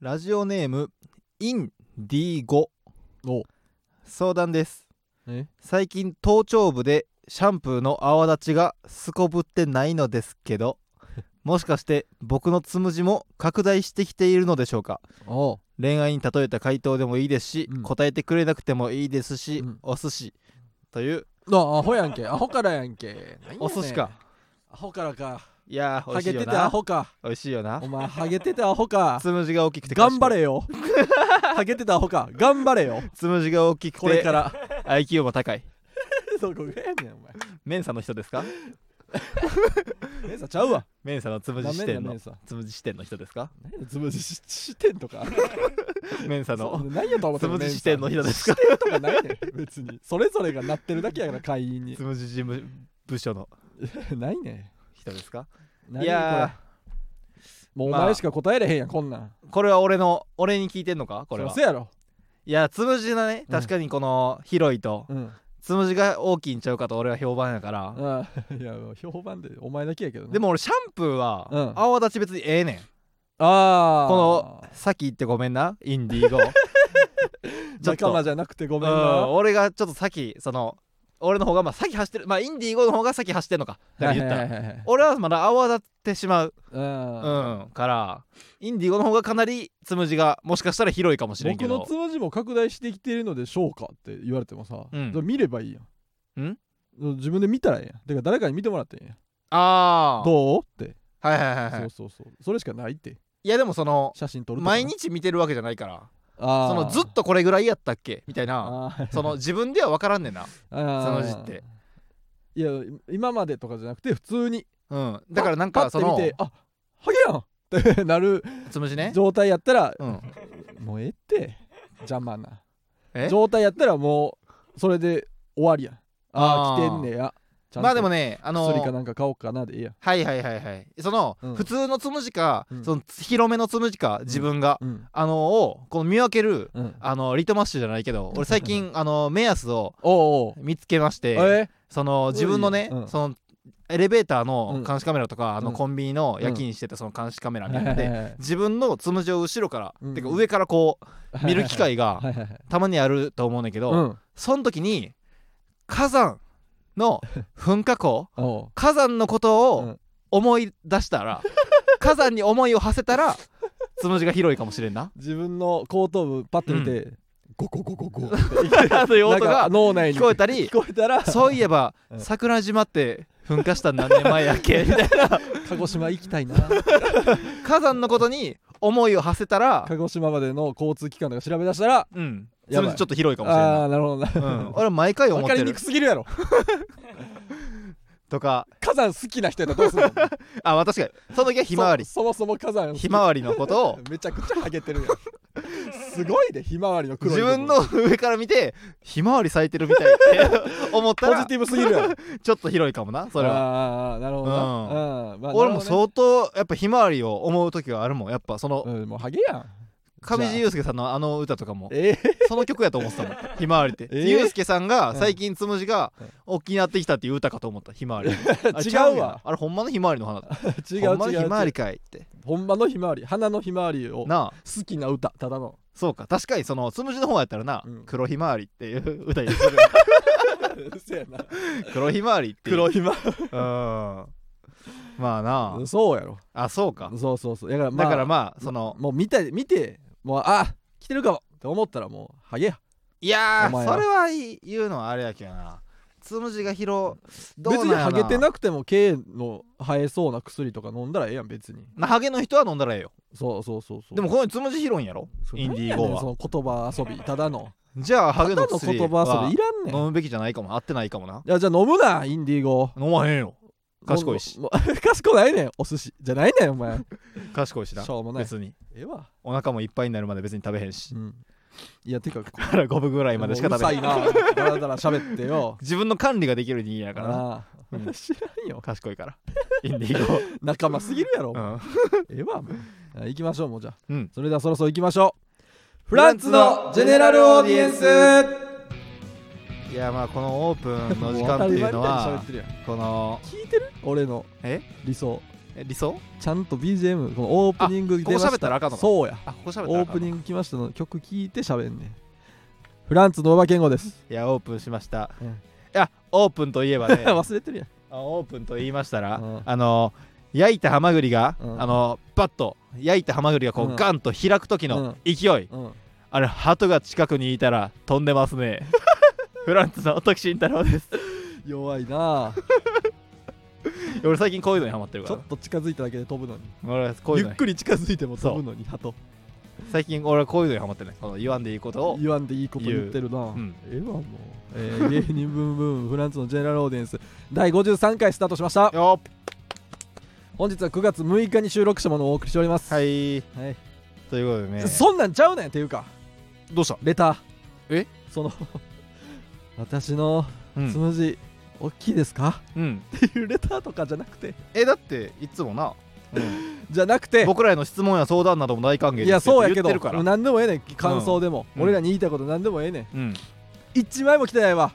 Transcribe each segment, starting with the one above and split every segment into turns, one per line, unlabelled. ラジオネームイン D5
お
相談です
え
最近頭頂部でシャンプーの泡立ちがすこぶってないのですけど もしかして僕のつむじも拡大してきているのでしょうか
お
恋愛に例えた回答でもいいですし、
うん
答えてくれなくてもいいですし、
うん
お寿司という
なアホやんけアホからやんけ何やねん
お寿司か
アホからか
いやー美
ハ
味
ゲ
しいよ
ててア
な
ホか
美味しいよな
お前ハゲててア ホか
つむじが大きくて賢い
頑張 れよハゲててアホか頑張れよ
つむじが大きく
これ
て
から
IQ も高い
どこがやねんお前
メンサの人 ですか
メンサちゃうわ
メンサのつむじ支
な
店
んメ
の
ンサ
つむじ支店の人ですか
何やつむじししてんとか
メンサの
そう何やと思って
つ
んの
むじ
メンサ
支店の人ですか
とかないねん 別にそれぞれがなってるだけやから会員に
つむじ事務部署の
ないね
人ですか
ん
いや
何これもうお
まあ
前しか答えれへんやんこんなん
ーこれは俺の俺に聞いてんのかこれは
そりゃそうやろ
いやつむじのね
うん
確かにこの広いと
うん
つむじが大きいんちゃうかと俺は評判やから
ああいや評判でお前だけやけどね
でも俺シャンプーは
うん
泡立ち別にええねん
ああ
このさっき言ってごめんなインディ ーゴちょっ
仲間
と
じゃなくてご
う
めんなん
俺がちょっと先その俺の方がまあ先走ってるまあインディーゴの方が先走ってんのかだから言ったら
はいはいはいはい
俺はまだ泡立ってし まう、
うん
うん、からインディゴの方がかなりつむじがもしかしたら広いかもしれんけ
僕の
ど
つまじも拡大してきているのでしょうかって言われてもさ、
うん
じゃあ見ればいいやん
ん
自分で見たらいいやんだから誰かに見てもらっていいやん
ああ
どうって、
はいはいはい、は
そ、
いう
そうそうそれしかないって
いやでもその
写真撮るとか
毎日見てるわけじゃないから
あ
そのずっとこれぐらいやったっけみたいな
と
その自分では分からんねんな、
そ
その
の
字って
いや今までとかじゃなくて普通に
うん、だからなん
パ
か
ッ
そ
て見
の
てあハゲやんって なる
つむじね、
状態やったら
うん、
もうええって邪魔な
え
状態やったらもうそれで終わりやんああ
あー
来てんねやちゃんと
まあでもねあの
薬かなんか買おうかなでええやん
はいはいはいはいその、
うん
普通のつむじか、
うん
その広めのつむじか自分が、
うん
あのをこの見分ける
うん
あのリトマッシュじゃないけど俺最近あの目安を
おうおう
見つけまして、
え
その
ん
自分のね、
うん
そのエレベーター
う
の
ん
監視カメラとか、あの
うん
コンビニの夜勤してたその監視カメラみたいなので、
で
自分のつむじを後ろから、
うん
てか上からこう見る機会が
はいはいはい
たまにあると思うねんだけど、
うん
その時に火山の噴火口
おう
火山のこと
う
を
ん
思い出した ら、火山に思いを馳せたらつむじが広いかもしれんな
自分の後頭部パッて見てゴゴゴゴゴって
という
なん
音
か
が
脳内に
聞こえたり
聞こえたら
そういえば
うん
桜島って噴火した何年前やっ けみたいな
鹿児島行 きたいな
火山のことに思いを馳せたら
鹿児島までの交通機関とか調べ出したら
うんつ
やば
む
い
じちょっと広いかもしれん
あ
な
あーなるほどな
うん、俺は毎回思
分
っ
か
て
りに
る
くすぎるやろ
とか
火山好きな人やったらどうするの
あまあ確かにその 時はひまわり
そそもそも火山
ひまわりのことを
めちゃくちゃハゲてるやん すごいねひまわりの黒い
自
部分
分の上から見てひまわり咲いてるみたいって思った
ポジ
ら
ティブすぎるやろ
ちょっと広いかもなそれは
はあーなるほどな、うんま
俺
あ、
も
なるほ
相当やっぱひまわりを思う時はあるもんやっぱその
どねうんもうハゲやん
上地
じゃあ
雄介さんのあの歌とかも
えー、
その曲やと思ってたも んひまわりって
えー
雄介さんが
うん
最近つむじが
うん
大きになってきたっていう歌かと思ったひまわりあ
違
ちゃん
う
や
わ
なあれほんまのひまわりの花だ
違う違
ほ
うん
まの
違う
ひまわりかいって
ほんまのひまわり花のひまわりを
なあ
好きな歌ただの
そうか確かにそのつむじの方やったらな
うん
黒ひまわりっていう歌にす る
そやな
黒ひまわりっていう
黒ひま
うんまあなあ
そうやろ
あそうか
そうそうそうだからまあ
だからまあその
もう見て見てもうあ来てるかもって思ったらもうハゲや
いやー
お前は
それは言うのはあれやけどなつむじが広どう
別に
なんや
ハ
ろ
ゲてなくても毛の生えそうな薬とか飲んだらええやん別に
なハゲの人は飲んだらええよ
そうそうそうそう
でもこのつむじ広いんやろ
そう
インディー
何やね
ゴ
んそ
は
の言葉遊びただの
じゃあハ
た
ゲ
だ
の
の
薬
言葉遊
は
びいらんねん
飲むべきじゃないかも合ってないかもない
やじゃあ飲むなインディーゴ
飲まへんよ賢いし
もうもう 賢ないねんお寿司じゃないねんお前し
賢いしな
ょうもない
別に
ええわ、
お腹もいっぱいになるまで別に食べへんし
うん、いやて か
だから5分ぐらいまでしか食べへん
もううるさいなだらだら喋ってよ
自分の管理ができる人間やからな
ああ
うん
知らんよ
賢いからインディーゴ
仲間すぎるやろ、
う
え
ん
えわもうあ行きましょうもうじゃあ
うん
それではそろそろ行きましょうフランツのジェネラルオーディエンス
いやまあこのオープンの時
もう
間
当
ったて
り
い
前
うの
みたいに喋
は
ってるやん
この
聞いてる俺の
え
理想
え理想
ちゃんと BGM このオープニング
ここ喋ったらあかんのか
そうや
あここ喋った
オープニ
グ
ング来ましたの曲聴いて喋んねんフランツの馬健吾 です、
いやオープンしました、
うん
いやオープンといえ ばね
忘れてるやん
あオープンと言いましたら、
うん
あの焼いたハマグリが、
うん
あのバッと焼いたハマグリがこう、
うん
ガンと開く時の勢い、
うん
あれ鳩が近くにいたら飛んでます ねフランツの私慎太郎です
弱 いなあ
俺最近こういうのにハマってる
ち
か
ょ
ら
っと近づいただけで飛ぶのに
俺こういう
ゆ
の
っ
に
くり近づいても飛ぶのに鳩
最近俺はこういうのにハマってるねこの言わんでいいことを
言わんでいいこと言ってるな、
うん
ええわもう、え ー、芸人ブンブンフランツのジェネラルオーディエンス第53回スタートしました
よっ
本日は9月6日に収録したものをお送りしております
は、い
はい
ということでね
そんなんちゃうねんっていうか
どうした
レター
え
その 私の
うん、
つむじ、大きいで すか
うん、
っていうレターとかじゃなくて
えだっていつもな、
じゃなくて
僕らへの質問や相談なども大歓迎です
いやそうやけ
言
ど
ってるから
何でもええねん感想でも、
うん
俺らに言いたいこと何でもええねん
うん
一枚も来てないわ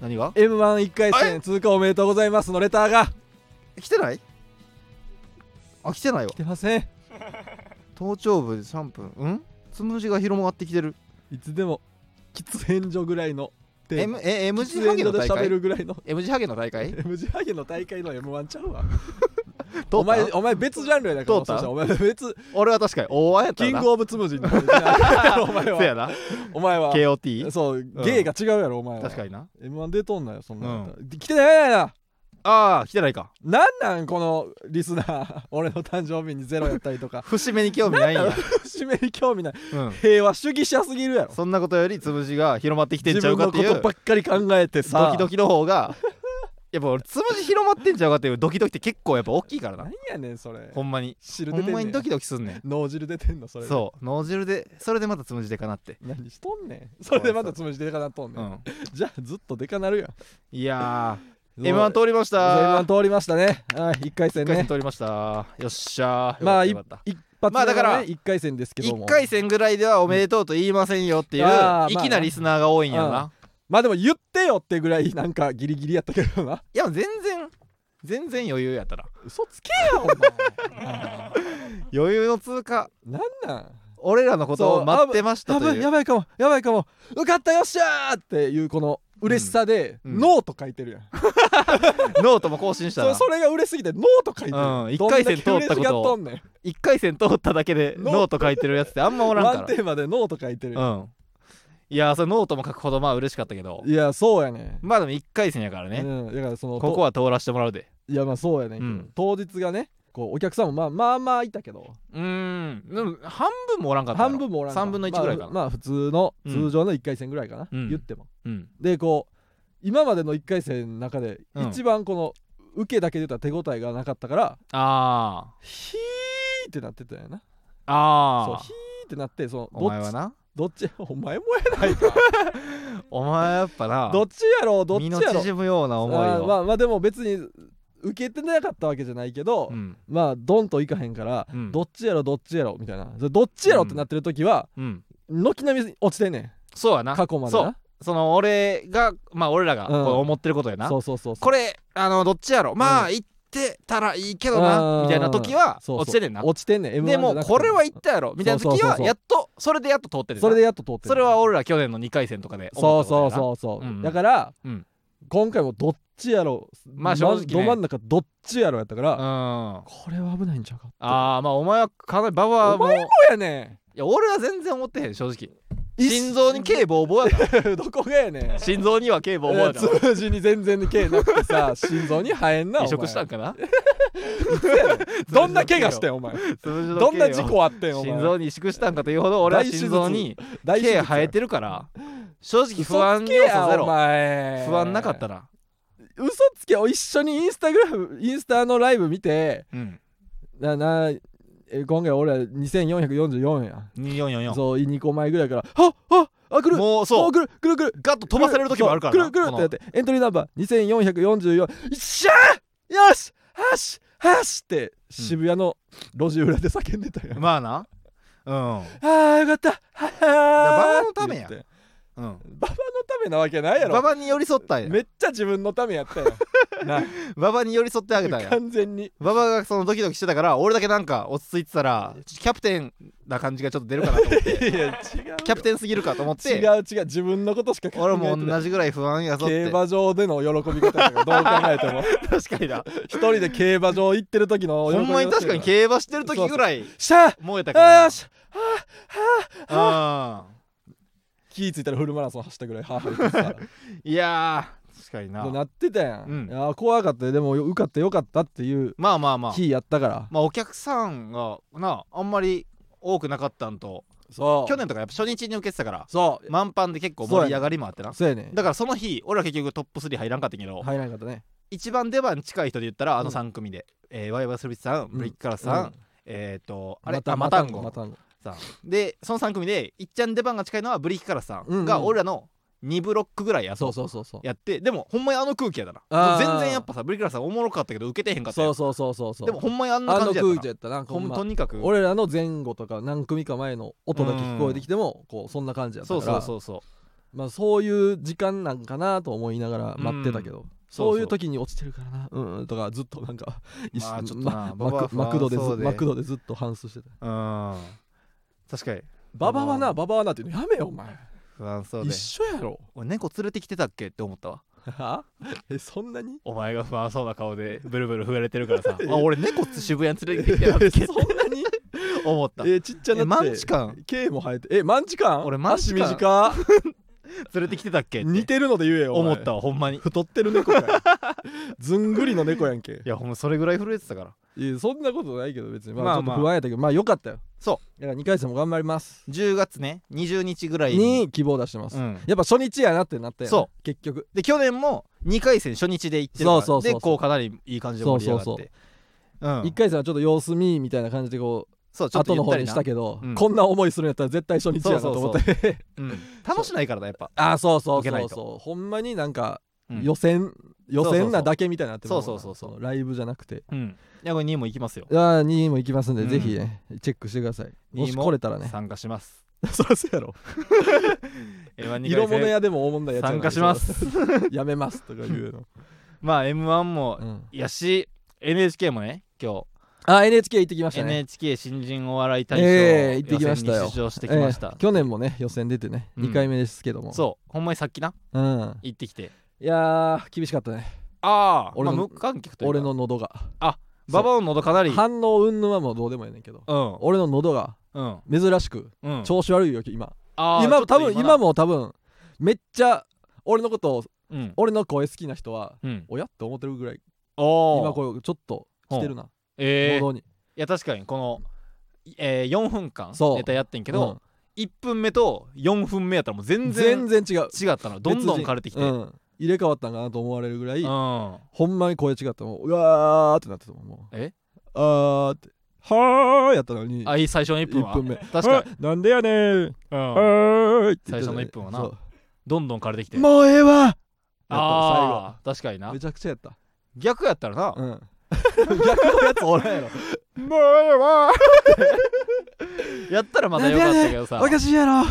何が
m 1 1回戦通過おめでとうございますのレターが
来てないあ来てないわ
来てません
頭頂部で3分うんつむじが広がってきてる
いつでも喫煙所ぐらいのテー
M,
マ
え M 字
喫
ハゲ
煙
の
所で
大
喋
会
るぐらいの
M 字ハゲの大会
M 字ハゲの大会の M 1ちゃうわ
通
お
った
前お前別ジャンルやなか ら
通った
そうしたらお前別
俺は確かに大あやった
キ
らな
ングオブつむじになるやろお 前
そうや
は
な
お前は
KOT
そうゲイが違うやろお前は
確かにな
M1 出とんなよそんなの、来てないな
ああ来てないか
なんなんこのリスナー 俺の誕生日にゼロやったりとか
節目に興味 ないんや、
締めに興味ない
うん、
平和主義者すぎるやろ
そんなことよりつむじが広まってきてん
自
ちゃうかっ
分の
て
こ
い
と
う
ばっかり考えてさ
ドキドキの方 がやっぱ俺つむじ広まってんちゃうかっていうドキドキって結構やっぱ大きいからな
何やねんそれ
ほんまに
汁
ほ
出
ん
てん
ま
ね
に
ん
ドキドキすんねん
脳汁出てんのそれで
そう脳汁でそれでまたつむじでかなって
何しとんねん それでまたつむじでかなっとんね、
うんん
じゃあずっとでかなるやん
いやー
そう
M1 通りました
そう M1 通りましたねはい1回戦
一回
ね
戦通りました。よっしゃー。
まあ
よかったよかっ
一発
まあだから
1回戦です
た
けども
一回戦ぐらいではおめでとうと言いませんよっていう、
うんあーまあ
粋なリスナーが多いんやろな。
うんまあでも言ってよってぐらいなんかギリギリやったけどない
や、全然、全然余裕やったら。
嘘つけよお前な
余裕の通過、
んなん
俺らのこと
そ
を
う
待ってました
や
と
ば
い。
いうやばいかもやばいかも受かったよっしゃーっていうこの嬉しさで「
うんうん
ノー」と書いてるやん、
ノートも更新した
そ
ら
う、それが嬉しすぎて「ノー」と書いてる、
うん
どんだけ
一回戦通ったこと
嬉しがっとんねん
一回戦通っただけで
ノート
ノート書いてるやつってあんまおらん
ワン
か
テーマで「ノー」と書いてる、
ら。うん。いやー、それノートも書くほどまあ嬉しかったけど、
いやそうやね
まあでも一回戦やから
う
ね。
ん、だからその
ここ
は
は通らしてもらうで。
いやまあそうやねんけど、
うん
当日がねこうお客さんもまあまあまあいたけど
うーん。でも半分もおらんかったやろ
半分もおらんか
三分の一ぐらいかな。
まあ、まあ普通の
うん
通常の1回戦ぐらいかな、
うん
言っても
うん。
でこう今までの1回戦の中で
うん
一番この、受けだけで言ったら手応えがなかったから
あー。
ヒーってなってたんやな
ああ
そうヒーってなってその
お前
どっ
は
ち
な
どっち お前もやないか
お前はやっぱな
どっちやろうどっち
身の
やろう
縮むような思い
あ
を
ーまあまあでも別に受けてなかったわけじゃないけど、
うん
まあドンといかへんから、
うん
どっちやろどっちやろみたいなそれどっちやろってなってる時は
うん
軒並み落ちてんねん
そうやな
過去まで
そう
な
その俺がまあ俺らがこ
うん
う思ってることやな
そうそうそうそう
これあのどっちやろまあ
う
言ってたらいいけどな
うん
みたいな時は
そうそう
落ちてんねんな
落ちてんねん M1
でも
じゃなくて
これは言ったやろみたいな
そう
時
そうそう
は
そう
やっとそれでやっと通ってる
それでやっと通ってる
それは俺ら去年の2回戦とかで
そうそう
う
そうそう、
うんうん
だから、
うん
今回もどっちやろ
まあ正直ね
ど真ん中どっちやろやったから、
うんあ
これは危ないんちゃうかって
あーまあお前はかなりババはもうい
そうやね
や俺は全然思ってへん正直
ん
心臓に軽ボーボーやから
にどこがやねん
心臓には警部を覚えた
つむじに全然毛なくてさ心臓に生えんなお
移
前
植したんかな
どんな怪我してんお前どんな事故あって んお前
心臓に移植したんかというほど俺は
大手術
心臓に
大手
毛
術
生えてるから正直不安
嘘つけ
要素
や
ゼ
お
ロ
前
不安なかったら
嘘つけ一緒にインスタグラムインスタのライブ見て
うん
ななえ今回俺は2444や
2444
そう2個前ぐらいから「あああ来る
もうそ
も
う
来る来る来る
ガッと飛ばされる時もあるから
そう
な
来る来る
こ
っ
の
てなってエントリーナンバー2444よっしゃーよしはしはしって渋谷の路地裏で叫んでたよ、
まあなうん
あーよかったはっはー
ババのためや
って言って
うん
ババのためなわけないやろ
ババに寄り添ったんや
めっちゃ自分のためやったよな
馬場に寄り添ってあげたんや
完全に
馬場がそのドキドキしてたから俺だけなんか落ち着いてたらキャプテンな感じがちょっと出るかなと思っ
い
て
や違う
キャプテンすぎるかと思って
違う違う自分のことしか考えて
俺
ない
も同じぐらい不安やぞっ
競
て
馬場での喜び方とかどう考えて も
確かにな
一人で競馬場行ってる時の喜
ほ
び
んまに確かに競馬してる時ぐらい
しゃあ
燃えたから
あ
な
ーし
あ
気ぃついたらフルマラソン走ったぐらいハーハー 言ってさ
ーいやー確かにな
なってたやん、
うん
いやー怖かったよでもよ受かってよかったっていう
まあまあまあ
キーやったから
まあお客さんがなあんまり多くなかったんと
そう
去年とかやっぱ初日に受けてたから
そう
満帆で結構盛り上がりもあってな
そうやねん
だからその日俺ら結局トップ3入らんかったけど、
入らなかったね
一番出番近い人で言ったらあの
うん
3組で、えーワイワイスルビスさんブリックカラーさん、えっ、とあれ
また
あマタンゴ
マタンゴ
さんでその3組でいっちゃん出番が近いのはブリックカラーさ
うんうん
んが俺らの2ブロックぐらいや
そうそうそうそう
やってでもほんまにあの空気やだ
あ
な
ー
全然やっぱさブリックカラーさんおもろかったけど受けてへんかったや
そ
ん
うそうそうそうそう
でもほんまにあんな
あ
感
の
じやっ
空
た
気
な
やったなんか
ほ
ほ
ん
ん
ま
ま
とにかく
俺らの前後とか何組か前の音が聞こえてきてもこうそんな感じやった
そう
から
そうそうそう
まあ、そういう時間なんかなと思いながら待ってたけど、そういう時に落ちてるからなうんうんとかずっとなんか、一
まあ
緒
ちょっとな
ま
馬場
マ
は
クマクドでず
不安そうで
マクドでずっと反芻してた
うん確かに
ババは
ま
な
あ
ババはなって言うのやめよお前
不安そうで
一緒やろ
俺猫連れてきてたっけって思ったわ
はえそんなに
お前が不安そうな顔でブルブル振られてるから さあ俺猫って渋谷に連れてきてたっけって
そんなに
思った
えちっちゃな
え
って
マンチカン
K も生えてえマンチカン
俺マンチカン
足短
連れてきてたっけっ
似
て
てるので言えよお前
思ったわほんまにい
太ってる猫かよ ずんぐりの猫やんけ
やほんまそれ ぐらい震えてたから
いやそんなことないけど別にまあ、
まあ
ちょ
ま
っ
あ
と不安やったけどまあよかったよ
そ
だから2回戦も頑張ります
10月ね20日ぐらいに
に希望出してます、
うん
やっぱ初日やなってなったよ
そ
結局
で去年も2回戦初日で行ってるから
そうそうそうそ
で
う
こうかなりいい感じで盛り上がって
そうそう
うん
1回戦はちょっと様子見みたいな感じでこう
そうちょっと
後
ゆ
の
っ
方
たり
に
な
したけど、
うん
こんな思いするんやったら絶対初日やなと思って
うん楽しないからだやっぱ
ああそうそう
受け
そ
ないうと
そうほんまになんか
うん
予選、予選なだけみたいになってるもんな
そうそうそうそう
のライブじゃなくて
うんいやこれ2位も行きますよ
ああ2位も行きますんで、
うん
ぜひねチェックしてください
二
もし
位も
来れたらね
参加します
そりゃそうや ろ
M1 二
色
回
物
戦
屋でも大問題やっちゃう
参
か
加
ら
します
やめますとか 言うの、
まあ M1 も
うん
いやし NHK もね今日
あ NHK 行ってきましたね
NHK 新人お笑い大賞
ええ行ってきましたよ
予選に出場してきました
ええ、去年もね予選出てね、
うん
2回目ですけども
そうほんまにさっきな
う、ん、
行ってきて
いやー厳しかったね
ああ
俺の
まあ、無観客というか
俺の喉が
ババオの喉かなりう
反応云々はもうどうでもいいねんけど
ん
俺の喉が
うん
珍しく
うん
調子悪いよ今、
あーちょ
今
っと
多分
な
今も多分めっちゃ俺のことを
うん
俺の声好きな人は
うん
おやって思ってるぐらい
おー
今これちょっと来てるな
えー、い
喉に
や確かにこの、えー、4分間
そう
ネタやってんけ
うん
ど、一1分目と4分目やったらもう全然
全然違う
違ったのどんどん枯れてきて、
う
うん
ん入れ替わったんかなと思われるぐらい
あ
ほんまに声違ったもううわーってなってたもんもう
え
あーってはーやったのに
いい最初の1分は
1分目
確か
あなんでやね
に、
ん
うん、
はーいって言っ
最
てた
初の一分はな
そ
どんどん枯れてき
う
て
もうええわやった
ああ確かに
最
な
後めちゃくちゃやった
逆やったらな、
うん 逆のやつおらんやろ
もうええわやったらまだよかったけどさ
おかしいやろ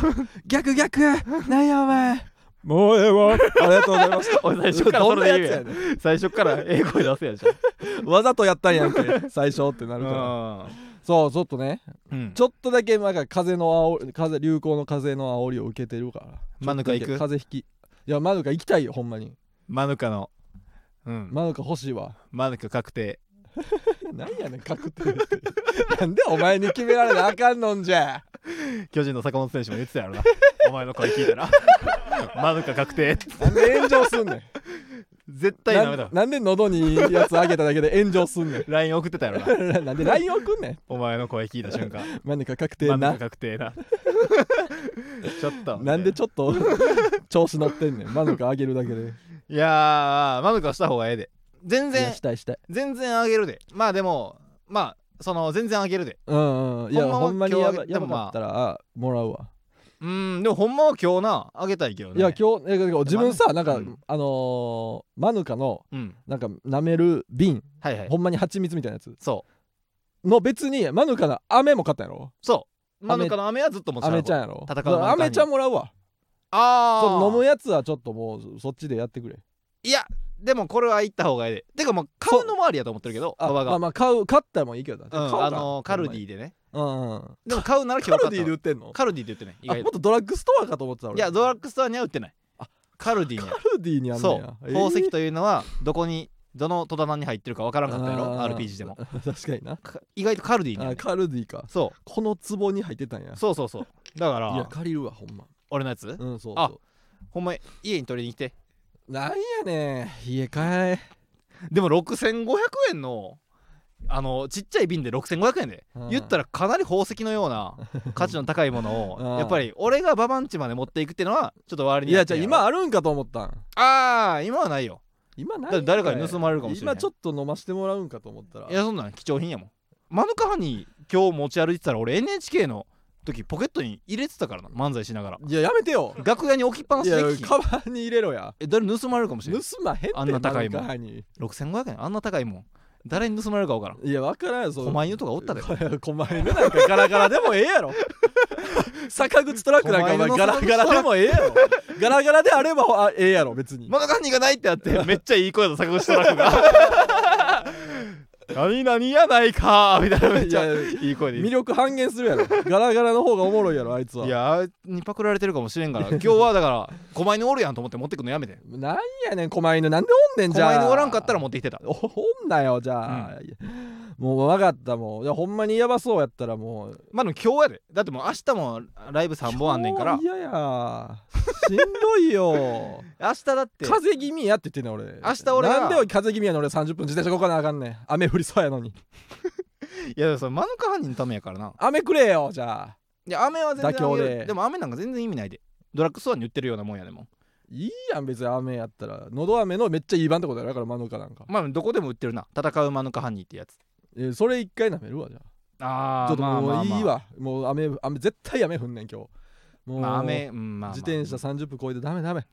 逆逆なんやお前もうええわありがとうございました
俺最初からそ
どんな
れで
や
言
つ
うや
や
ん
ね
最初からええ声出すやんじゃん
んわざとやったんやんけ最初ってなるから
う
そうちょっとね
ん
ちょっとだけなんか風の煽り風流行の風の煽りを受けてるから
マヌカ行く
風邪引きいやマヌカ行きたいよほんまに
マヌカのうん
マヌカ欲しいわ
マヌカ確定
なんやねん確定ってなんでお前に決められなあかんのんじゃ
巨人の坂本選手も言ってたや ろなお前の声聞いたら マヌカ確定
なんで炎上すんねん
絶対ダメ
な
だ
んなんで喉にやつあげただけで炎上すんね
LINE 送ってたやろなん
なんで LINE 送んねん
お前の声聞いた瞬間
マヌカ確定
マヌ
な
カ確定 なちょっと
なんでちょっと 調子乗ってんねんマヌカあげるだけで
いやーマヌカした方がええで全
いや
然
したいしたい
全然あげるでまあでもまあその全然あげるで
うんうんいやほ
ほ
ん
ん
ま
まは
にやば
今日で
や
も
ば
まあ
かったらもらうわ
うんでもほんまは今日なあげたいけどね
いや今日えだから自分さなんか
うん
あのーマヌカの
うん
なんか舐める瓶
はいはい
ほんまに蜂蜜みたいなやつ
そう
の別にマヌカの飴も買ったんやろ
そうマヌカの飴はずっと持ち
ア
歩こ
メ
う
ちゃんやろ
戦う前に
アメちゃんもらうわ
あ
そ
あ
の飲むやつはちょっともうそっちでやってくれ
いやでもこれは行った方がいいでてかまあ買うのもありやと思ってるけど
あ
馬場
ま
が、
あまあ買う買ったらもいいけどな
うん、あのカルディでね
うんうん
でも買うなら今
カ
日買
ルデ
っ
ィ
た
で売
わ
ってんの
カルディで売ってない意
あ
外
もっ
と
とドラッグストアかと思ってた俺
いやドラッグストアには売ってない
あ
カルディにある
カルディにあん
そ
の
う
や、
宝石
と
というのはどこにどの戸棚に入ってるかわからんかったやろ
あー
RPG でも
確かにな
か意外とカルディにあ
あ
るね
カルディか
そ
この壺に入ってたんや
うそうそうそうだか
いや
ら
借りるわほんま
俺のやつ
うんそう
あ
そ
ほんま家に取りに来て
うなんやねん家買え
でも6500円のあのちっちゃい瓶で6500円で
うん
言ったらかなり宝石のような価値の高いもの
うん
をやっぱり俺がババンチまで持っていくっていうのはちょっと割に
いやじゃあ
って
今あるんかと思ったん
ああ今はないよ
今
だ
な
っ
い
て誰かに盗まれるかもしれない
今ちょっと飲ましてもらうんかと思ったら
いやそんなん貴重品やもんマヌカハニー今日持ち歩いてたら俺 NHK の時ポケットに入れてたからな漫才しながら
いややめてよ
楽屋に置きっぱないし
や
できひん
カバンに入れろや
え誰に盗まれるかもしれない
盗まへんって
あんな高いもん
マルカハニ
6500円あんな高いもん誰に盗まれるか分からん
ーいやわからんよそ
狛犬とかお ったで
で狛犬なんかガラガラでもええや ろ坂口トラックなんかお前
狛犬の
ガラガラでもええやろガラガラであればあええやろ別に
マヌカハニーがないってあ ってめっちゃいい声の作詞トラックが 何々やないかみたいなめっちゃ
いや
いい声で
魅
言
力半減するやろガラガラの方がおもろいやろあいつ
う
はい
やあいつにパクられてるかもしれ んから今日はだから狛犬おるやんと思って持ってくのやめて
なんやねん狛犬なんでおんねんじゃあ
狛犬おらんかったら持ってきてた
おおんなよじゃあ、もう分かったもういやほんまにやばそうやったらもう
まあでも今日やでだってもう明日もライブ3本あんねんから
いやいやしんどいよ
明日だって
風邪気味やって言ってんねん俺
明日俺が
なんで俺風邪気味やの俺30分自転車動かなあかんねん雨降りそうやのに
いやそれマヌカハニーのためやからな
雨くれよじゃあ
いや雨は全然
妥協で
あげるでも雨なんか全然意味ないでドラッグストアに売ってるようなもんやでもん
いいやん別に雨やったら喉飴のめっちゃいい番ってことやろだからマヌカなんか、
まあどこでも売ってるな戦うマヌカハニーってやつ
えーそれ一回舐めるわじゃあ
ああ
ちょっともう、
まあまあまあ
いいわもう雨雨絶対雨降んねん今日もう、
まあ雨、うんまあまあ、
自転車30分超えてダメダメ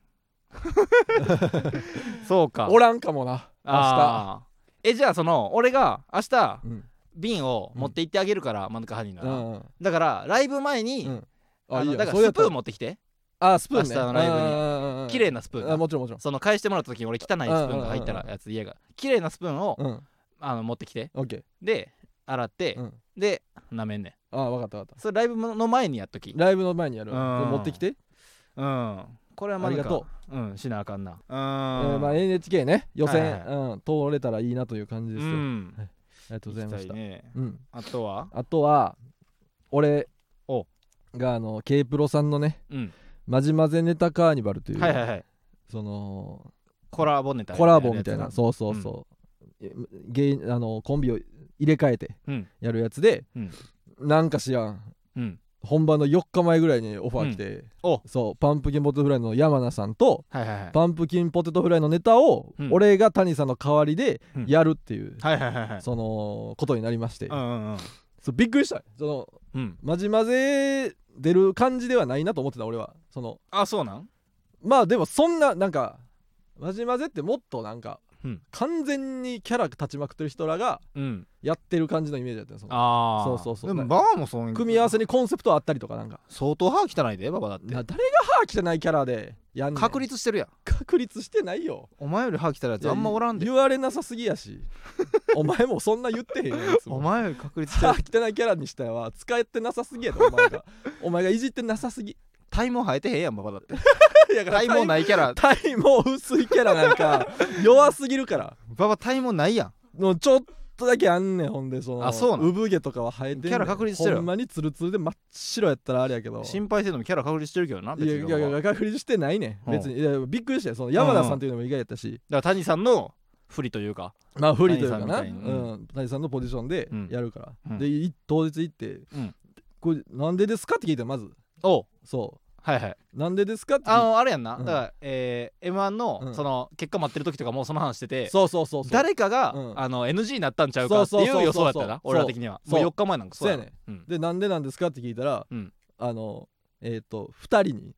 そうか
おらんかもな明日
あーえじゃあその俺が明日
うん
瓶を持って行ってあげるから、マヌカハニーな
う
ら、
んうん
だからライブ前に、
うん
あ
あいい
の
よ
だから
それや
スプ
った
ー
ら
ン持ってきて
あスプーンね
明日のライブに
ブ
綺麗なスプーンな
あもちろんもちろん
その返してもらった時に俺汚いスプーンが入ったらやつ家が綺麗なスプーンを、
うん
あの持ってきて
オッケー
で洗って、
うん
で舐めんねん
ああ分かった分かっ
それライブの前にやっとき
たライブの前にやるわ
うん
持ってきて
うんこれはま
ありがと
ううんしなあかんなう
え
ん、
ーまあ NHK ね予
はい
選
は
うん通れたらいいなという感じです
う
よあ
ん
ありがとうございま
行
し
き
た
いね
うん
あとは
あとは俺
お
があの K プロさんのね
うん
まじまぜネタカーニバルという
はいはいはい
その
コラボネタ
コラボみたい
や
な
つ
そうそうそう、え芸あのコンビを入れ替えて
うん
やるやつで、
うん
なんか知らん
うん
本番の4日前ぐらいにオファー来て、
お
そうパンプキンポテトフライの山名さんと
はいはいはい
パンプキンポテトフライのネタを
うん
俺が谷さんの代わりで
うん
やるっていう、
はいはいはいはい
そのことになりまして、
うんうんうん
そうびっくりしたその
うん
まじまぜ出る感じではないなと思ってた俺はその
あそうなん
まあでもそんななんかまじまぜってもっとなんか、
うん
完全にキャラ立ちまくってる人らが
うん
やってる感じのイメージだったよその
ああ
そうそうそう
でもバーもそういう
組み合わせにコンセプトあったりとかなんか
相当歯汚いでババだって
な誰が歯汚ないキャラでやんねん
確立してるやん
確立してないよ
お前より歯汚いやつあんまおらんで
言われなさすぎ やしお前もそんな言ってへんやんいつも
お前より確 立して
歯
る
汚いキャラにしたやは使ってなさすぎやでお前がお前がいじってなさすぎ
体毛生えてへんやんババだって
やから
体毛ないキャラ
体毛薄いキャラなん か弱すぎるから
ババ体毛ないやん
のちょっとだけあんねんほんでその
あそうなん
産毛とかは生えてんねん
キャラ確立してる
ほんまにツルツルで真っ白やったらあれやけど
心配せんのもキャラ確立してるけどない別
や
に
い
バ
や
バ
い
は
や確立してないね
うん
ん別にいやびっくりしたよその山田さんっていうのも意外やったし、
だから谷さんの不利というか、
まあ不利というかな
谷さんみたいにうん
うん、谷さんのポジションで
うん
やるから、
うん
でい当日行って、
うん
これなんでですかって聞いてまず
お
そ
はいはいう
なんでですかって聞い
あ
て
のあれやんな、
うん
だから、えー、m 1の、
うん
その結果待ってる時とかもうその話してて
そうそうそうそう
誰かが、
うん
あの NG になったんちゃうかって
そうそう
い
そうう
予想やった
そうそう
な俺ら的には
そ
も
う
う4日前なんかそうや
そうやね
うん
でなんでなんですかって聞いたら、
うん
あのえっ、と2人 に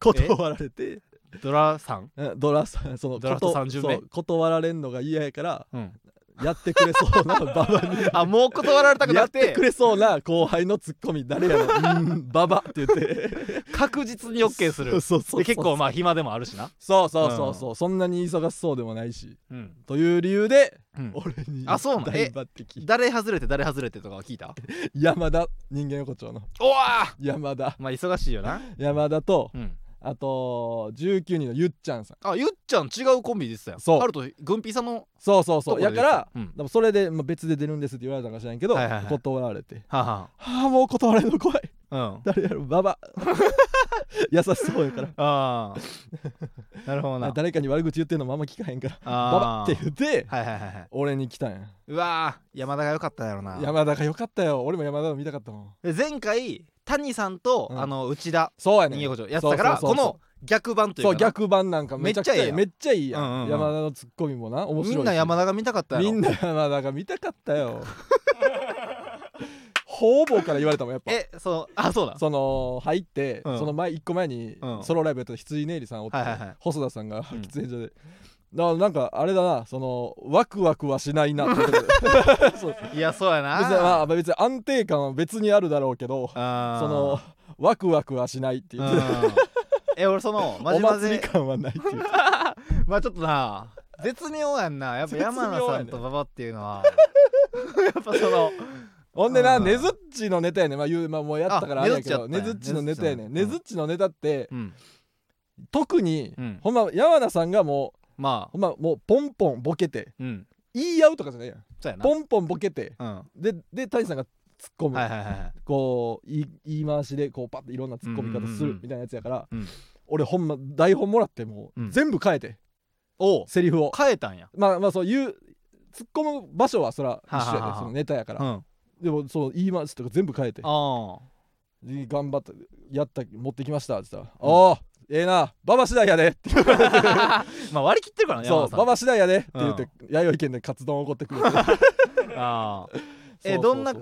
断られて
ドラさん、
うんドラさんその
ドラフト
こと
30名
そう断られんのが嫌やから
うん、
やってくれそうな ババに
あもう断られたく
や
な
っ
く
て
て
くれそうな後輩のツッコミ誰やろうーんババって言って
確実に OK する
そうそうそう
で結構まあ暇でもあるしな
そうそうそうそう、そんなに忙しそうでもないし
うん、
という理由で
うん、
俺に
あそうなんえ
大抜擢
誰外れて誰外れてとかは聞いた
山田人間横丁の
おわ
山田
まあ忙しい よな
山田と
うん
あと19人のゆっちゃんさん
あゆっちゃん違うコンビでしたよ
そう
あると軍ピさんの
そうそう
と
そう
こ
や
で
から、
うん
でもそれで、まあ、別で出るんですって言われたんか知らんけど、
はいはいはい
断られて
は
はあもう断られるの怖い
あはあうん
誰やろババ 優しそうやから
ああ なるほどな
誰かに悪口言ってんのもあんま聞かへんからバ
あ
バっ
あ
て言って
はいはいはいはい
俺に来たんや
うわー山田が良かったやろな
山田がよかったよ俺も山田の見たかったもん
で前回谷さんと、
うん
あの内田
そうやね
人間横丁やってたから
そうそうそうそう
この逆版というか
そう
な
逆版なんかめちゃくちゃい
め
いめ
っ
っちゃいいやん,、
うんうんうん
山田のツッコミもな面白いし
みんな山田が見たかったやろ
みんな山田が見たかっ たよ方々から言われたもんやっぱ
えそうあそうだ
その入って、
うん
その前一個前に
うん
ソロライブやった羊ねいりさんおって、
はいはいはい
細田さんが
うん
喫煙所で、だからなんかあれだなそのワクワクはしないなっ てことでそう
いやそうやな
別にまあ別に安定感は別にあるだろうけど
あー
そのワクワクはしないっていう、
うんえ俺そ のマ
お
ジマジ
祭り感はないっていう
まあちょっとな絶妙やんなやっぱ山名さんと馬場っていうのは やっぱその
ほんでな
うん
ねずっちのネタやねんまあ言う、まあ、もうやったから
あ
あれやけど
ね
ね
ず
ず
っ
っ
ち
ち
の
の
ネ
ネ
タ
タ
や
や
ね
ね
ん
んねずっちのネタって
うん
特に、
うん
ほんま山田さんがもう
まあ
ほんまもうポンポンボケて
うん
言い合うとかじゃないやん
そうやな
ポンポンボケて
うんは
でで谷さんが突っ込
い
む、
はいはいはい
こう言い言い回しでこうパッていろんな突っ込み
うんうんうん
方す
う
る
ん
みたいなやつやから、
うん
俺ほんま台本もらっても
うん
う全部変えて、
おう
セリフを
変えたんや
まあまあそう言う突っ込む場所はそら一緒やで、
ははは
そのネタやから、
うんあ
でもその言い回しとか全部変えて
あ
で頑張ってやった持ってきましたって言ったら「おおええなババ次第やで」って言われて
まあ割り切ってるからね
そう「バ
バ
バ次第やで」って言って、弥生県でカツ丼を怒ってくる
ああえ
そうそ
ど
うそう
んな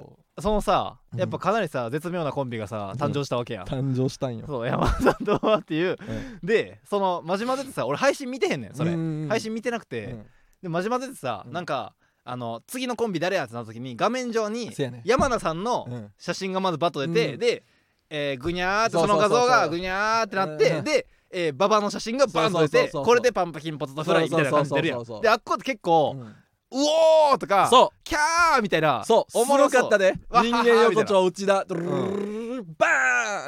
そのさやっぱ
うん
かなりさ絶妙なコンビがさ誕生したわけやん
誕生したんよ
そう山田さんと馬場っていう
うん
でそのまじまぜってさ俺配信見てへんねんそれ
うん
配信見てなく
う
て
ん
でまじまぜってさ
うん
なんかあの次のコンビ誰やってなった時に画面上に
せやね
山名さんの
うん
写真がまずバッと出て、
うん
で、えーぐにゃーって
そ
そう
そ
の
うそうそ
画
う
像がぐにゃーってなって、
うん
で、えー、ババの写真がバンと出て
そうそうそうそう
これでパンプキンポテトフライみたいな感じで出るや
そうそうそうんそう
であっこって結構、う
うん
おーとか
そう
キャーみたいな
そう、
お
お
も
も
ろ
ろ
そう
かったで。人
わはは
間横丁内田、ドゥルルルルルルバ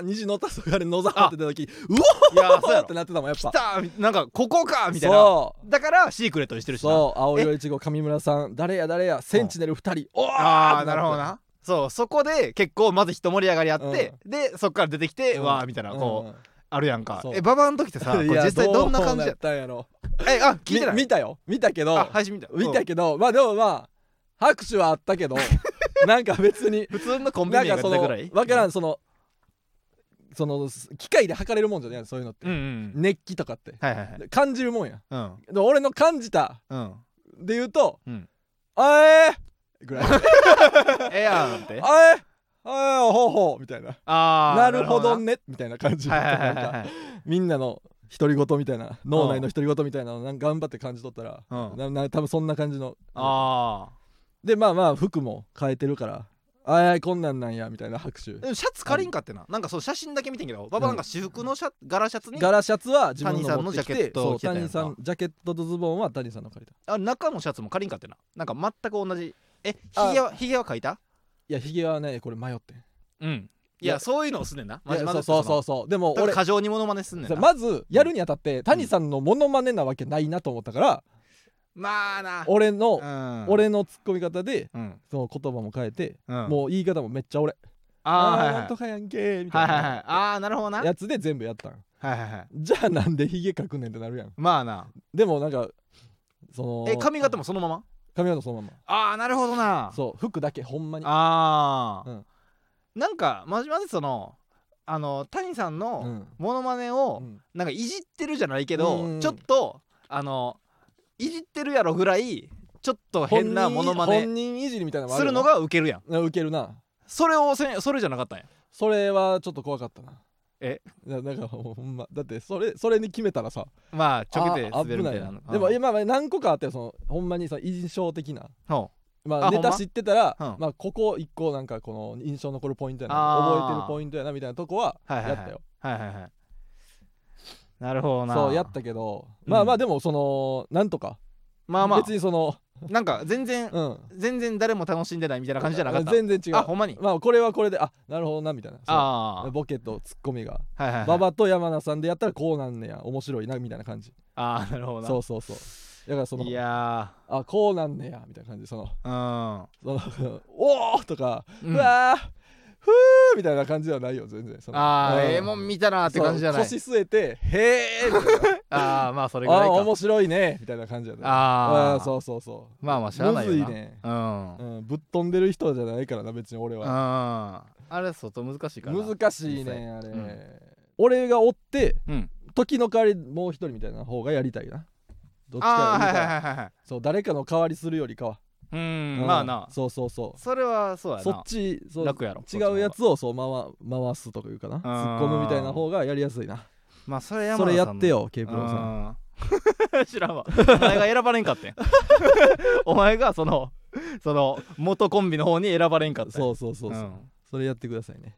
ーン虹の黄昏の野沢って出た時、う
いやー
お
そう
ー
や
っ
ろ
てなってたもん、やっ
来
ぱ。
たみなんかここかみたいな
そ
だからシークレットにしてる
う、
しな
そう、青色いちご、上村さん、誰や誰や、センチネル2人、お
あ
ー
あなるほど。なそうそこで結構まず一盛り上がりあって、でそっから出てきて、
うん
わーみたいなこう、あるやんか
そう
えババの時ってさこ
う
れ
ん。いや
実際どんな感じ
どう
や
やったんやろ。
えあ聞いてない
み見たよ、見たけど
あ、配信見た
見たけど、まあでもまあ、拍手はあったけど、なんか別に、
普通のコンビ
なん
ニが
か
出
そ
た
の、
ぐらい
わから
ん
ん、その、その、機械で測れるもんじゃないそういうのって
うん。うん
熱気とかって。
はいはいはい
感じるもんや。
うん
でも俺の感じた
うん
で言うと
うん
「あえー!」ぐらい「
ええやんって
あえーあえーほうほう」みたいな「
あー
なるほどね」みたいな感じ
はいはいはい
なん
はい
か
はい
みんなの独り言みたいな脳内の独り言みたいなのなんか頑張って感じ取ったら、
うん
なな多分そんな感じの
あ
でまあまあ服も変えてるから「あえーこんなんなんや」みたいな拍手
ーでもシャツ借りんかってななんかそう写真だけ見てんけどババなんか私服のシャ柄シャツに
柄シャツは自分
谷さん
の
の
持ってき
ジャケ
て
ットを
そう
着てたやん
谷
か
さんジャケットとズボンは谷さんの借りた
あ中のシャツも借りんかってななんか全く同じえひ
あ
げはひげは描いた
いやひげはねこれ迷ってん
うんい
いや
やそういうのをすんねんないまじ
や
まじ
そうそううそうでも
俺
俺
過剰にモノマネすんねん
そう
な
まずやるにあたって谷さんのモノマネなわけないなと思ったから、
まあな
俺の、
うん
俺のツッコミ方で
うん
その言葉も変えて、
うん
もう言い方もめっちゃ俺「
あー
ー
はいは
なん
い
とかやんけー」みた
はいいはいはい
な
あーなるほどなはい
やつで全部やったん
はいはい
じゃあなんでヒゲかくねんってなるやん
まあな
でもなんかその
え髪型もそのまま
髪型そのま
ああなるほどな
まそう服だけほんまに
ああ、
うん
なんかまじまじそのあの谷さん
う
の
ん
モノマネ
う
を
ん
なんかいじってるじゃないけど、
うん
ちょっとあのいじってるやろぐらいちょっと変なモノマネ
本人いじりみたいなのもあ
する
よな
のがウケるやん
うんウケるな
それをせんそれじゃなかったんや
それはちょっと怖かったな
え
ななんかほんまだってそれそれに決めたらさ
まあちょけて
あ
滑るみたいな
危
うん
でも今まあ何個かあってそのほんまにその印象的な、
ほ
ま
あ
あ、ネ
ほん
タ
ま
知ってたら
うん
まあ、ここ一個なんかこの印象残るポイントやな
あー
覚えてるポイントやなみたいなとこは
うはいはい
や
は
っ
い
たよ、
はいはいはいなるほどな
そうやったけど、まあまあでもそのなんとか、
まあまあ
別にその
なんか全然
うん
全然誰も楽しんでないみたいな感じじゃなかった
全然違う
あほんまに
まあこれはこれであなるほどなみたいな
あ
そうボケとツッコミが
あはいはいは
馬
い
場、と山名さんでやったらこうなんねや面白いなみたいな感じ
ああなるほどな
そうそうそうだからその
いや
あこうなんねやみたいな感じその
ー
その おおとか、
う、
うん
うん、あ
わーふーみたいな感じではないよ全然その
あー
うん
ええもん見たなーって感じじゃない
そう腰据えてへえ みたい
ああまあそれぐ
な
らい
あ
か
面白いねみたいな感じやね
あ
うん
ー
そうそうそう
まあまあしゃあないよな
むずいね、
うん
う、ん、ぶっ飛んでる人じゃないからな別に俺は
ああれ相当難しいからな
難しい
実際
ねあれ、
うん
俺が追って
うん
時の代わりもう一人みたいな方がやりたいなどっちか
ああ
や
はい
り
は
た
いはい
い
はいはい
そう誰かの代わりするよりかは、
う
うん
んまあな
そうそうそう
それはそうやな
そっちそう
楽やろ
違うやつをそう回回すとかいうかな突っ込むみたいな方がやりやすいな
まあそれ山
そ
田
れ
さ
や
んの
ってよ K
う
プロさん
ん知らん わお前が選ばれんか ってんお前がそのその元コンビの方に選ばれんかってん
そうそうそうそう、
ん
それやってくださ いね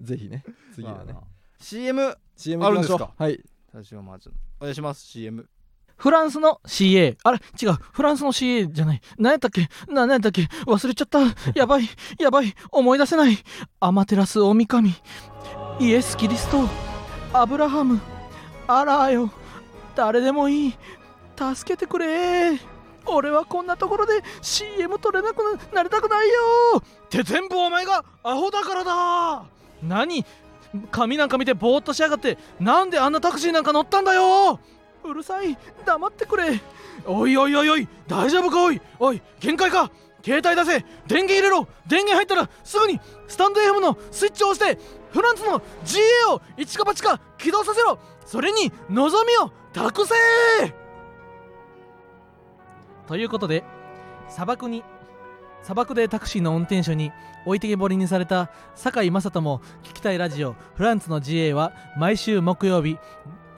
ぜひね次はね、
まあな CM
CM
あるんで
行きまし
す
ょ
か
うはい
ラジオマージャンお願いします CM
フランスの CA。あれ違う。フランスの CA じゃない。何やったっけな何やったっけ忘れちゃった。やばい。やばい。思い出せない。アマテラス大神。イエス・キリスト。アブラハム。アラーよ。誰でもいい。助けてくれ。俺はこんなところで CM 取れなくななれたくないよって全部お前がアホだからだ何髪なんか見てぼーっとしやがってなんであんなタクシーなんか乗ったんだようるさい黙ってくれおいおいおいおい大丈夫かおいおい限界か携帯出せ電源入れろ電源入ったらすぐにスタンド FM のスイッチを押してフランスの GA を一か八か起動させろそれに望みを託せということで砂漠に砂漠でタクシーの運転手に置いてけぼりにされた堺雅人も聞きたいラジオフランスの GA は毎週木曜日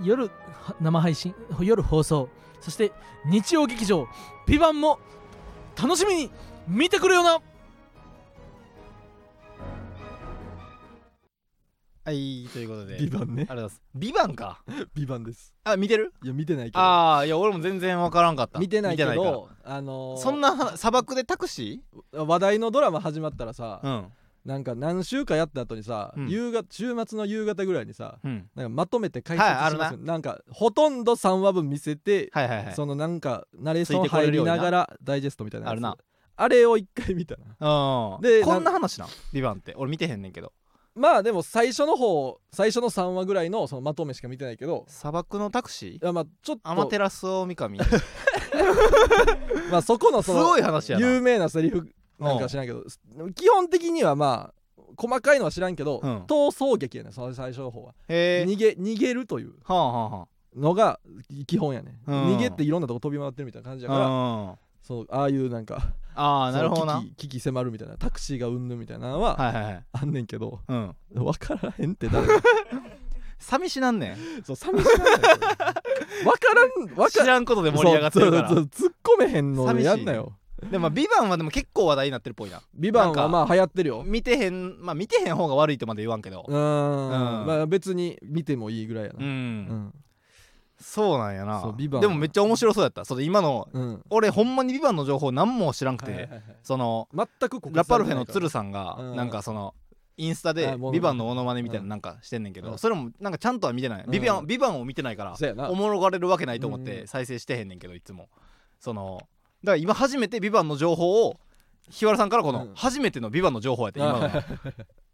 夜は生配信夜放送そして日曜劇場「ビバンも楽しみに見てくれよな
はいということであり
ビ
がと
バンね
うございますビバンか
ビバンです
あ見てる
いや見てないけど
ああいや俺も全然わからんかった
見てないけ
から
どあのー
そんな砂漠でタクシ
話題のドラマ始まったらさ
ー、うん
なんか何週かやった後にさ、
うん
夕方週末の夕方ぐらいにさ
うん
なんかまとめて解説し
はいあ
ます
る
よ、
な
なんかほとんど3話分見せて、
はいはいはい
そのなんかナレーシ
つ
ョ
い
ン
てこれ
入
るよ
り
うにな
ながらダイジェストみたいなやつ
あるな
あれを一回見たな
うん
で
こんな話なん「ビバンって俺見てへんねんけど
まあでも最初の方最初の3話ぐらいのそのまとめしか見てないけど
砂漠のタクシ
い
ー
やまあちょっ
アマテ
と、
ラスオオミカ ミ
まあ、そこの
す
その
ごい話やな
有名なセリフなんか知らんけど基本的にはまあ細かいのは知らんけど、
うん
逃走劇やねその最初の方は、
へえ
逃げ逃げるという
はあは
のが基本やね、
うん
逃げっていろんなとこ飛び回ってるみたいな感じ
あ
やから、
はあうん
そうああいうなんか
ああなるほどな
その危機危機迫るみたいなタクシーがうんぬんみたいなのは、
はいはいはい
あんねんけど
うん
分からへんって誰
寂しなんねん
そう寂しいな分からん分
知
からん
らんことで盛り上がってるか
そうそ
ら
うそう突っ込めへんのやんなよ
でも「ビバンはでも結構話題になってるっぽいな
「ビバン
なんか
はまあ流行ってるよ
見てへんまあ見てへん方が悪いとまで言わんけど
うーん
うん
まあ別に見てもいいぐらいや
う
な、うんん
そうなんやな
そうビバン
でもめっちゃ面白そうやったそれ今の
うん
俺ほんまに「ビバンの情報何も知らんく
はいはい
て
はい
その
全く告知されてないから
ラパルフェの鶴さんが
うん
なんかそのインスタ
あ
で「
モノマネ
ビバンのモノマネみたいななんかしてんねんけ
う
ど
ん
それもなんかちゃんとは見てない「
うん
ビバンビバンを見てないから
そうやな
おもろがれるわけないと思っ
う
て
ん
再生してへんねんけどいつもそのだから今初めて「ビバンの情報を日原さんからこ
う
の
ん
初めての「ビバンの情報やって 今のが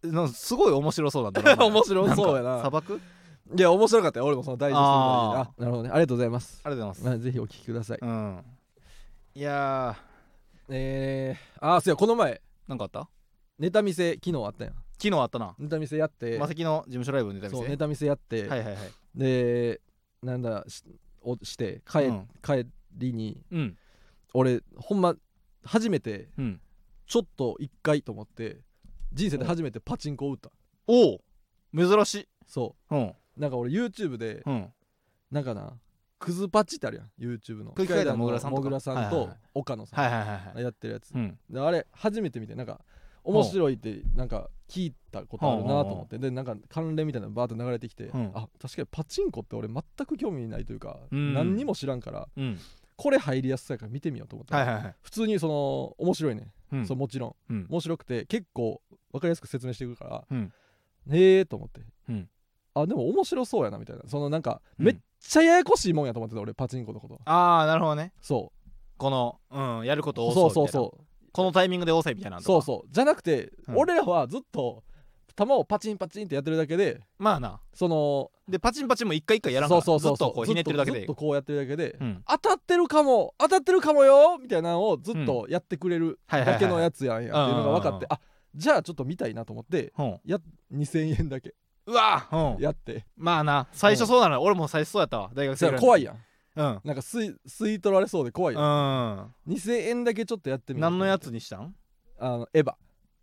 なんかすごい面白そうなんだな
面白そうやなん
か砂漠
いや面白かったよ俺もその大事な
あ
あなるほどねありがとうございます
ありがとうございます
まあぜひお聞きください
うんいや
えー、ああそうやこの前
ーなんかあった
ネタ見せ昨日あったやん
昨日あったな
ネタ見せやって、
マセキの事務所ライブのネタ見
そう
せ
ネタ見せやっ
は
て、
いはいはい
でなんだしをして帰,、
うん
帰りに
うん
俺ほんま初めて
うん
ちょっと一回と思って人生で初めてパチンコを打った、
おお珍しい
そ
うん
うなんか俺 YouTube で
うん
なんかなクズパチってあるやん YouTube の
空気階段のもぐらさんとか
もぐらさん
はいはい
と
はい
岡野さ
はいはいはい
ん
はい
やってるやつ
うん
であれ初めて見てなんか面白いってなんか聞いたことあるなと思ってでなんか関連みたいなのバーッと流れてきて、
うん
あ確かにパチンコって俺全く興味ないというか、
うん
何にも知らんから
うん
これ入りやすさやから見てみようと思って、
はいはいはい
普通にその面白いね、
うん
そうもちろ
う
ん
ん
面白くて結構分かりやすく説明していくから、
うん
へえと思って、
うん
あでも面白そうやなみたいなそのなんか
うん
めっちゃややこしいもんやと思ってた俺パチンコのこと
ああなるほどね
そ
このうんやるこ
う
と多
そ
そうう
そ
そううそう
そう
このタイミングで多そうみたいなのとか
そうそうじゃなくて、
うん
俺らはずっと球をパチンパチンってやってるだけで
まあな
その
でパチンパチンも一回一回やらんか
そ
ら
うそうそう
ずっ
そう
とこうひねってるだけ
ず
で
っとこうやってるだけで、
うん
当たってるかも当たってるかもよみたいなのをずっとやってくれる
はいはいはい
だけのやつやんやっていうのが分か
うんうんうんう
ってあじゃあちょっと見たいなと思って
うん
や2000円だけ
うわうん
やって
まあな最初そうなの俺も最初そうやったわ大学
そ
生
したら怖い
や
やん
うん
なんか吸い吸い取られそうで怖いやん
うん
2000円だけちょっとやってみよう
何のやつにしたん
あのエヴァ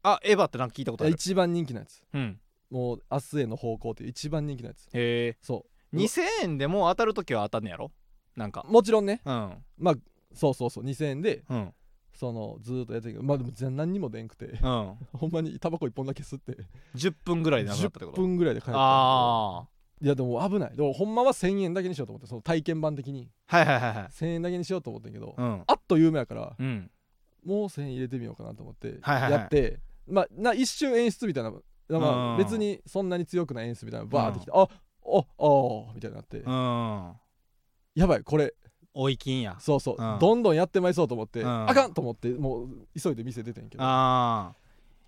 あエヴァってなんか聞いたことある
一番人気のやつ
うん
もう明日への方向っていう一番人気のやつ
へえ
そう
2000円でも当たるときは当たんねやろなんか
もちろんね
うん
まあそうそうそう2000円で
うん
そのずーっとやってるけどまあでも全然何にも出んくて
うん
ほんまにタバコ1本だけ吸って
10分ぐらいでなくなったって
10
こと
分ぐらいで帰った
あ
いやでも危ないでもほんまは1000円だけにしようと思ってその体験版的に
あはいはいはいはい
1000円だけにしようと思ってんけど、
うん
あっという間やから
うん
もう1000円入れてみようかなと思って
はいはいはい
やって、まあな一瞬演出みたいな、ま
うん
あ、別にそんなに強くない演出みたいなのバーってきて、あおおみたいになって、
うん
やばいこれ
おい金や
そうそう、
うん
どんどんやってまいそうと思って、
うん
あかんと思ってもう急いで店出てんけど
ああ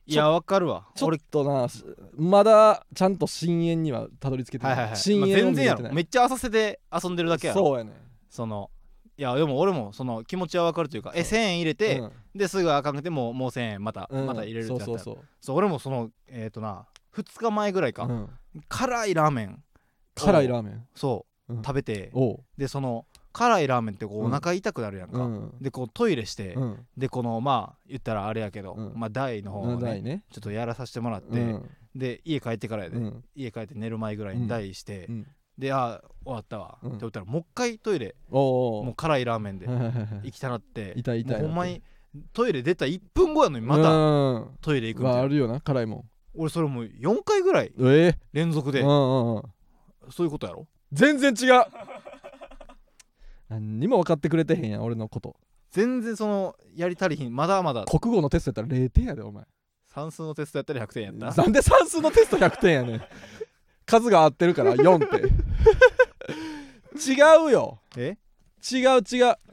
い
ちょ
やわかるわ
ちょっ
俺
となしまだちゃんと深淵にはたどり着けて
は
ない
はいはい
い深
まあ
淵を
全
見
然
れ
や
てな
ろ
い
めっちゃ浅瀬で遊んでるだけやろ
そうやね
そのいやでも俺もその気持ちはわかるというかえ1000円入れて、
うん
ですぐあかんくてもうもう1000円また、
うん
また入れるって
そ
なっ
う
た
そ
ら
うそう
そう俺もそのえっ、とな2日前ぐらいか、
うん
辛いラーメン
辛いラーメン
そう、
うん
食べて
おう
でその辛いラーメンってこう
う
お
ん
腹痛くなるやんか、
うん
でこうトイレして、
うん
でこのまあ言ったらあれやけど、
うん
まあ台の方を
長
ね
いね
ちょっとやらさせてもらって、
うん
で家帰ってからやで、
うん
家帰って寝る前ぐらいに台して、
うん
であ終わったわ、
うん
って言ったらもう一回トイレ
おうお
もう辛いラーメンで
うはいはいはいはい
行きたなって
痛い痛いなって
もうほんまにトイレ出た1分後やのにまた
うん
トイレ行くみ
ま
たい
ああ
な
るよな辛いも
俺それもう4回ぐらい
んえ
連続
え
で
うんうんうん
そういうことやろ
全然違う何にも分かってくれてへんやん俺のこと
全然そのやり足りひんまだまだ
国語のテストやったら0点やでお前
算数のテストやったら100点やった
なんで算数のテスト100点やねん数が合ってるから4点違うよ
え
違う違う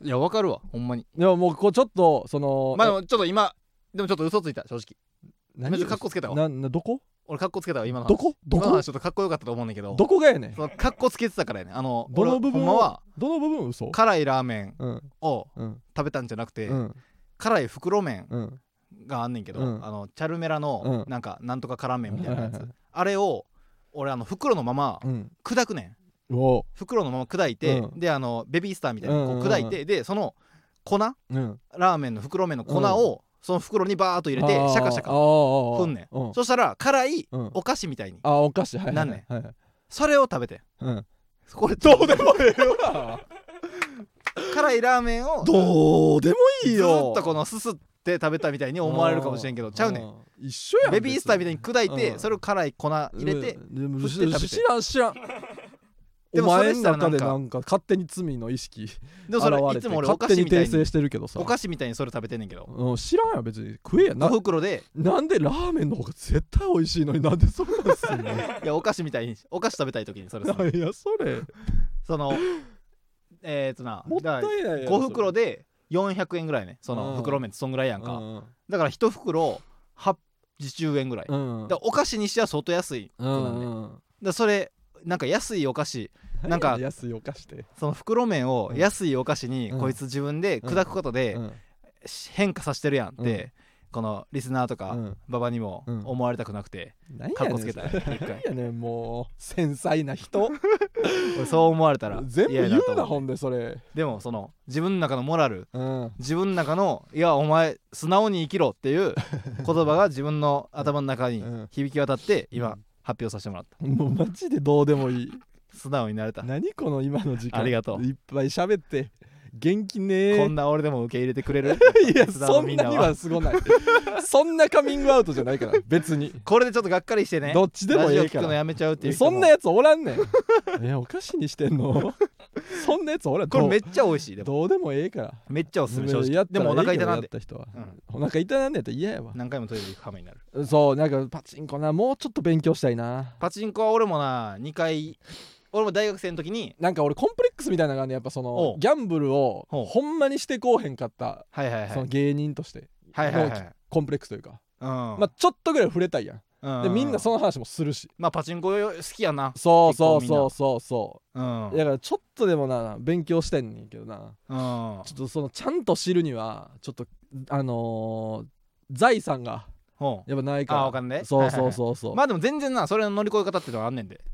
いやわかるわほんまに
でももうこうちょっとその
まあで
え
もちょっと今でもちょっと嘘ついた正直
何
ちょっとカッコつけたわ
ななどこ
俺カッコつけたわ今の話
どこど
今の
こ
話ちょっとかっこよかったと思うねんだけど
どこがやねん
そのカッコつけてたからやねんあの
どの
俺
部分を
ほんまは
どの部分嘘
辛いラーメン
うん
を
うん
食べたんじゃなくて、
うん
辛い袋麺
うん
があんねんけど、
うん
あのチャルメラの
うん
なんかなんとか辛麺みたいなやつ、
はいはい
あれを俺あの袋のまま
うん
砕くねん
お
袋のまま砕いて、
うん
であのベビースターみたいなこ
うん
う
うんうん
砕いて、でその粉ラ
ううん
ーメンの袋麺の粉をその袋にバーっと入れて
あー
シャカシャカ
あーあー
ふんねん
うん
そしたら辛い
うん
お菓子みたいに
あーお菓子はいはい
なんね
はいはい
それを食べてん
うん
これ
どうでもええわ
辛いラーメンを
どうでもいい
ずー
よ
っとこのすすって食べたみたいに思われるかもしれんけどちゃうねん
ん一緒やん
ベビースターみたいに砕いて、
うん
それを辛い粉入れて、
うんでも
振って食べて
知らん知らん
で
お
もそれ
前
し
の
たらなん
中
か
でなんか勝手に罪の意識現
でもそれ
れ
い
て
つも俺お
勝
菓
手
子
に
みた
訂
いに
正してるけどさ
お菓子みたいにそれ食べてんねんけど
うん知らんよ別に食えやな
5袋で
なんでラーメンの方が絶対美味しいのになんでそんなんすんの
いやお菓子みたいにお菓子食 べたい時にそれする
いやそれ
そのえーっとな
もったいないやろ
5袋で400円ぐらいねその
うん
袋麺ってそんぐらいやん
う
か
ん
だから1袋80円ぐらいだか
うん
らお菓子にしては相当安い
うん
なんねだか
うん
らそれなんか安いお菓子なんか
何やね安いお菓子で
その袋麺を
うん
安いお菓子に
うん
こいつ自分で砕くことで
うん
変化させてるやんってこのリスナーと
う
か
ん
馬場にも
うん
思われたくなくて
何
かっ
や
こ
ね
つけ
んそ
た
れ
一回
何やねんもう繊細な人
俺そう思われたら
全部
嫌や
言
と
う
思
な
う
ほんでそれ
でもその自分の中のモラル
うん
自分の中の「いやお前 素直に生きろ」っていう言葉が自分の頭の中に
うん
響き渡って今
うん
発表させてもらった
もうマジでどうでも いい
素直になれた
何この今の時間
ありがとう
いっぱい喋って元気ね
こんな俺でも受け入れてくれる
いや
津田の
そん
みん
な
なは
にはすごないそんなカミングアウトじゃな いから別に
これでちょっとがっかりしてね
どっちでも
ラジ
え
オ
え
聞
か
くの
ら
やめちゃうっていう人も
そんなやつおら んねんえお菓子にしてんのそんなやつおらん
これめ
っ
っちゃ美味しいでも
どうでもええから
めっちゃおすすめ正直
やった
で
ら
もお腹痛なん
ええ
で
けどやった人は
うん
お腹痛なんでやったら嫌やわ
何回もトイレ行く羽目になる
そうなんかパチンコなもうちょっと勉強したいな
パチンコは俺もな2回俺も大学生の時に
なんか俺コンプレックスみたいなのがあんねんやっぱそ
お
の
う
ギャンブルを
ほう
ほんまにしてこうへんかった
はいはいはい
その芸人として
はいはいはい
のコンプレックスというか
うん
まあちょっとぐらい触れたいや
うんん
でみんなその話もするし
まあパチンコよ好きやな
そう
結構
そう
みんな
そうそうそ
うん
うだからちょっとでもな勉強してんねんけどな
うん
ちょっとそのちゃんと知るにはちょっとあのー財産が
ほう
やっぱないから
あお金ね
そうそうそうそう、
まあでも全然なそれの乗り越え方っていうのはあんねんで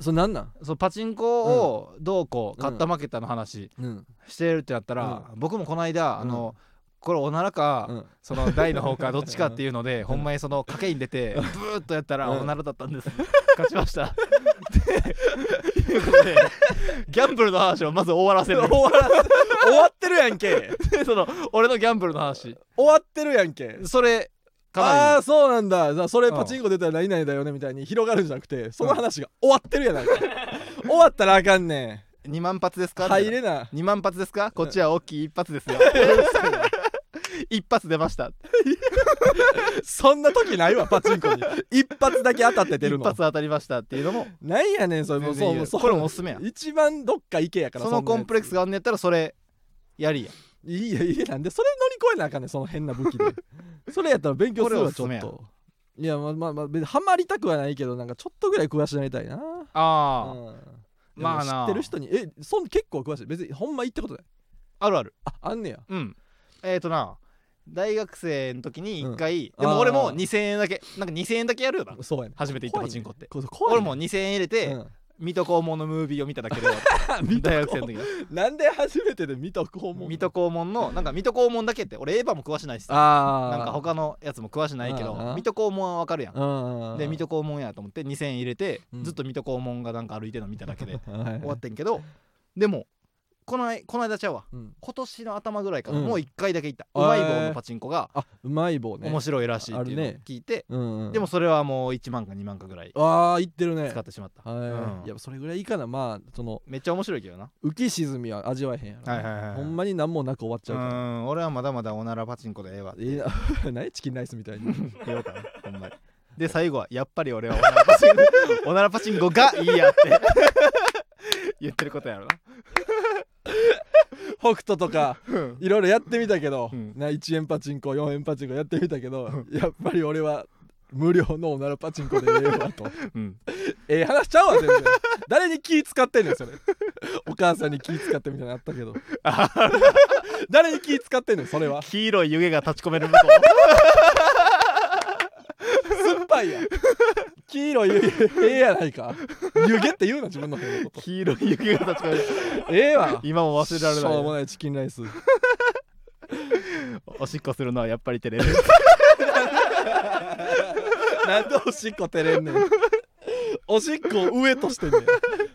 それなんなん
そのパチンコをどうこう買った負けたの話
うん
してるってなったら僕もこの間あのこれおならか
うん
その台の方かどっちかっていうので、
ん
ほんまにその賭けに出てブーッとやったら
うん
おならだったん です、勝ちましたっていうことで ギャンブルの話をまず終わらせる
終わら終わってるやんけ
で その俺のギャンブルの話
終わってるやんけ
それ
ああ
か
ーそうなんださそれ
うん
パチンコ出たら何々だよねみたいに広がるんじゃなくてその話が終わってるやないか終わったらあかんね
なり2万発です
ん
か
入れな
2万発ですかこっちは大きい一発ですよ 一発出ました
そんな時ないわパチンコに一発だけ当たって出る
一
の
発当たりましたっていうのも
なんやねんそれもう
全然いい
そうも
よ
うそう
これもおすすめや
一番どっか行けやから
その
んなや
コ
つ
ンプレックスがあんねやったらそれやりや
いいやいやなんでそれ乗り越えなあかんねんその変な武 器でそれやったら勉強するわち
これおすすめ
ょっ
や
といやまあまあまあ別にハマりたくはないけどなんかちょっとぐらい詳しくなりたいな
ああ、
うん
まあ
でも
な
知ってる人にえそん結構詳しい別にほんま行ったことない
あるある
ああんねや
うんえっ、ー、とな大学生の時に1回、
うん
でも俺
あ
も
ー
2000円だけなんか2000円だけやるよな
そうやな
初めて行ったパチンコって、
怖いねこ怖い
俺
ね
も2000円入れて、
うん
水戸黄門のムービーを見ただけ で大学生の時に
なんで初めてで見たこうも
水戸黄門のなんか水戸黄門だけって俺エヴァも詳しないしさ
ああ
なんか他のやつも詳しないけど
あー
水戸黄門はわかるやん
他
で水戸黄門やと思って2000円入れて、
うん
ずっと水戸黄門がなんか歩いてるの見ただけ で
終
終わってんけどでもこのこの間ちゃうわ
うん
今年の頭ぐらいかな、
うん
もう1回だけ行った、
あ
う
ー
まい棒のパチンコが
あうまい棒ね
面白いらしいっていうのを
あるね
聞いて、
うんうん
でもそれはもう1万か2万かぐらい
ああ行ってるね
使ってしまった、
は
うん
いやっぱそれぐらいいいかなまあその
めっちゃ面白いけどな
浮き沈みは味わえへんやろ、
はいは
ほんまに何もなく終わっちゃうから、
ん俺はまだまだおならパチンコで ええわって
ええな何チキンライスみたいに
言おうかなほんまにで最後はやっぱり俺はおならパチン コおならパチンコがいいやって言ってることやろな
北斗とかいろいろやってみたけど、
うん
な1円パチンコ4円パチンコやってみたけど、やっぱり俺は無料のおならパチンコでええわと
うん
ええ話ちゃうわ全然 誰に気使ってんねんそれお母さんに気使ってみたいなのあったけ ど誰に気使ってんねんそれは
黄色い湯気が立ち込める向こう
酸っぱいやん黄色い湯気ええやないか湯気って言うな自分の方のこと
黄色い湯気が立ち込める
ええわ
今も忘れられ
しょうも
ない
ないチキンライス
おしっこするのはやっぱり照れる
なんでおしっこ照れんねんおしっこを上としてんねん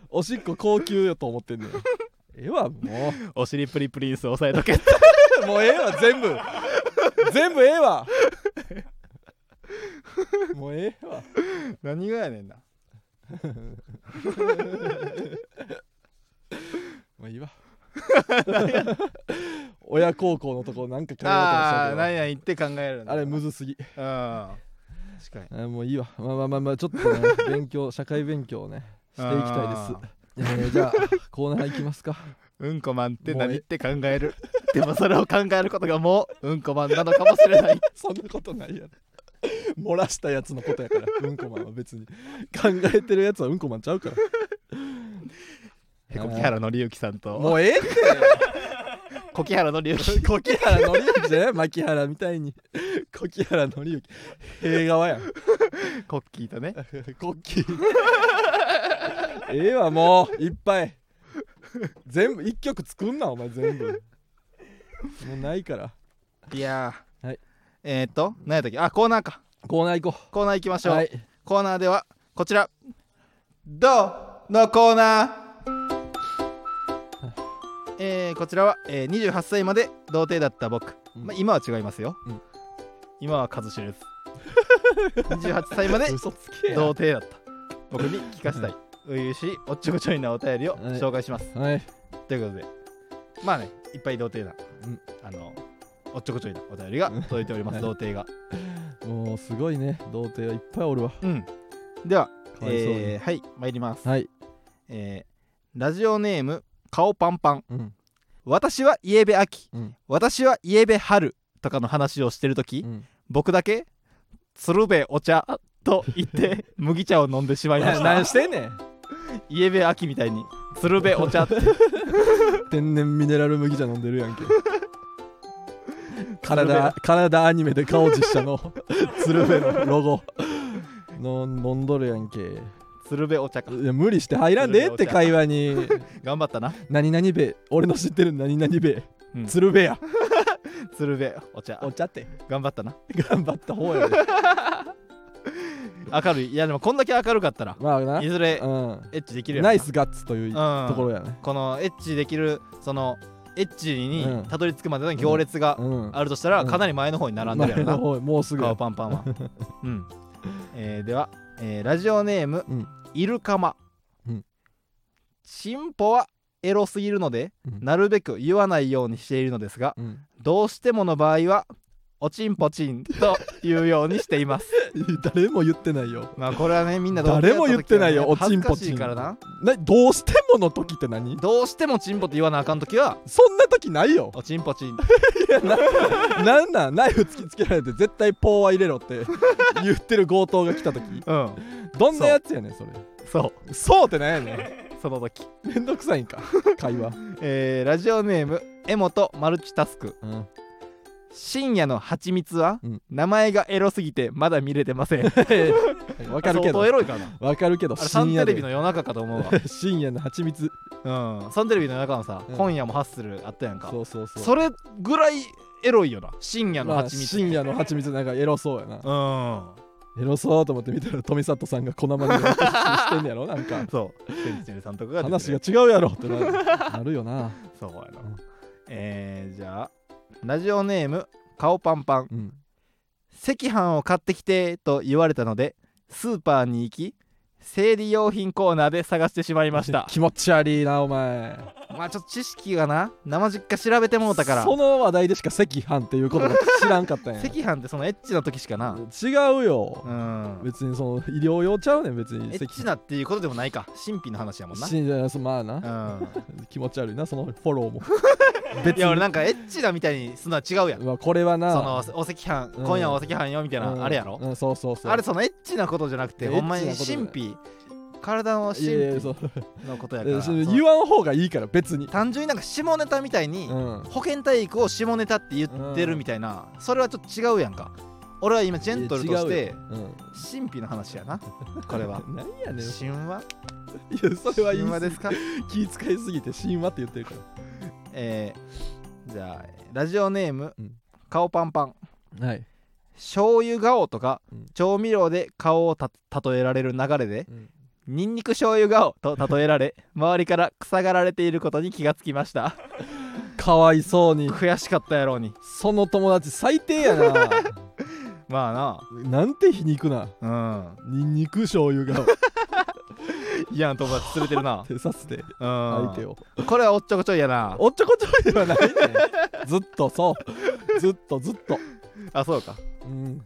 おしっこ高級よと思ってんねんええわも
お尻プリプリンス押さえとけ
うもうええわ全部全部ええわもうええわ
何がやねんな
もういいわ 親孝行のとこなんか考えてま
ああー
した
何や言って考えるん
け
だ
どあれむずすぎ
うん確かに
あもういいわまあまあまあまあちょっとね勉強社会勉強をねしていきたいです
あー
えーじゃあコーナーいきますか
うんこマンって
もうえ
何って考える でもそれを考えることがもううんこマンなのかもしれ ない
そんなことないやろ漏らしたやつのことやからうんこマンは別に考えてるやつはうんこマンちゃうから
へこきはらのりゆきさんと
もうええって
こきはらのりゆ き
小木原紀之じゃない牧原みたいに小木原紀之 平側やん
コッキーとね
コッキーええわもういっぱい全部一曲作んなお前全部もうないから
いやー
はい
えー、っと何やったっけあコーナーか
コーナー行こ
コーナー行きまし
う
ょう、
はい
コーナーではこちらどうのコーナ ーえーこちらは、えー28歳まで童貞だった僕、
うん
まあ、今は違いますよ、
うん
今は数知れず28歳まで
嘘つけや
童貞だった 僕に聞かせたい初々しいおっちょこちょいなお便りを
はい
紹介します、
はい
ということでまあねいっぱい童貞な、
うん
あのおっちょこちょいなお便りが届いております、
うん
童貞が
もうすごいね童貞はいっぱいおるわ
うんでは
かわいそうに、
えーはい参ります、
はい
えーラジオネーム顔パンパン
うん
私はイエベ秋
うん
私はイエベ春とかの話をしてるとき、
うん
僕だけ鶴瓶お茶と言って麦茶を飲んでしまいまし
な
た
何してんねん
イエベ秋みたいに鶴瓶お茶って
天然ミネラル麦茶飲んでるやんけ体体アニメで顔実 写の鶴瓶のロゴの飲んどるやんけい
鶴瓶お茶か
や無理して入らんでええって会話に
頑張ったな、
何々べ俺の知ってる何々べ、
うん
鶴瓶や
鶴瓶お茶
お茶って
頑張ったな
頑張った方 やで
明るいいやでもこんだけ明るかったら
まあない
ずれ
う
エッチできるよ
ん、
な
ナイスガッツという
うん
ところやね、
このエッチできるそのエッチ
うん
にたどり着くまでの行列が
うん、
あるとしたら
うん
かなり前の方に並んでるや ろな、
前の方へもうすぐや
顔パンパンは うん、えーでは、えーラジオネーム、
うん
イルカマ、
うん
チンポはエロすぎるので、
うん
なるべく言わないようにしているのですが
うん、
どうしてもの場合はおちんぽちんと言うようにしています
誰も言ってないよ
まあこれはねみんなどう
誰も言ってないよお
恥
ち
ず
ん
か
ぽ
し
ち
い
ん
からな
などうしてもの時って何
どうしてもチンポって言わなあかん時は
そんな時ないよ
おちんぽちん
なん なんナイフ突きつけられて絶対ポーは入れろって言ってる強盗が来た時
うん
どんなやつやねんそれ
そう
そうってなんやね
その時、
んめんどくさいんか会話
えーラジオネームエモとマルチタスク
うん
深夜の蜂蜜は、
うん
名前がエロすぎてまだ見れて ません
わかるけ
相当エ
ど
ロいかな
わかるけど
あれサン
深
テ
夜
レビの
で
夜中かと 思う
深夜の蜂蜜
わうんサンテレビの夜中のさ、
うん
今夜もハッスルあったやんか
そうそうそう
それぐらいエロいよな深夜の
まあ
蜂蜜、
深夜の蜂蜜なんかエロそうやな
う
エロそうと思って見たら富里さんが粉まみれの蜂蜜してんやろなんか
んそうセンチネルさんとかが出て
話
る
が違うやろってなるなるよな
そうやな、
うん
えー、じゃあラジオネーム顔パンパン
うん
赤飯を買ってきてと言われたのでスーパーに行き生理用品コーナーで探してしまいました
気持ち悪いなお前
まあちょっと知識がな生実家調べてもうたから
その話題でしか赤飯っていうことが知らんかったんや
赤飯ってそのエッチな時しかな
違うよ、
うん
別にその医療用ちゃうねん別に
エッチなっていうことでもないか神秘の話やもんな
死んじゃうまあな、
う
気持ち悪いなそのフォローも
ん、いや俺なんかエッチなみたいにすんのは違うやん
まあこれはな
そのお赤飯、
うん
今夜はお赤飯よみたいな、
うん
あれやろ、
うんそうそうそう
あれそのエッチなことじゃなくて
エッ
ほ
チ
ん
なこ
ま
と
に神秘体の
いやい
神
やそう
秘のことやからその
言わん方がいいから別に
単純になんか下ネタみたいに、
うん
保健体育を下ネタって言ってるみたいな、それはちょっと違うやんか俺は今ジェントルとし
いや違
て
うよ
神秘の話やなこれは
うんなんや ねんい
神話
やそれは言
神
い
話
過
で
ぎ
すか
気遣いすぎて神話って言ってるか
えーじゃあラジオネーム、
うん
顔パンパン
らはい
醤油顔とか、
うん
調味料で顔をた例えられる流れで
うん
ニンニク醤油顔と例えられ周りから臭がられていることに気がつきました
かわいそうに
悔しかったやろうに
その友達最低 やな
ま
なんて皮肉な
あな
ニンニク醤油が
うん嫌な友達連れてるな
手させて
うん
相手を
これはおっちょこちょいやな
おっちょこちょいではないねんずっとそうずっとずっと、
あそうか
うん、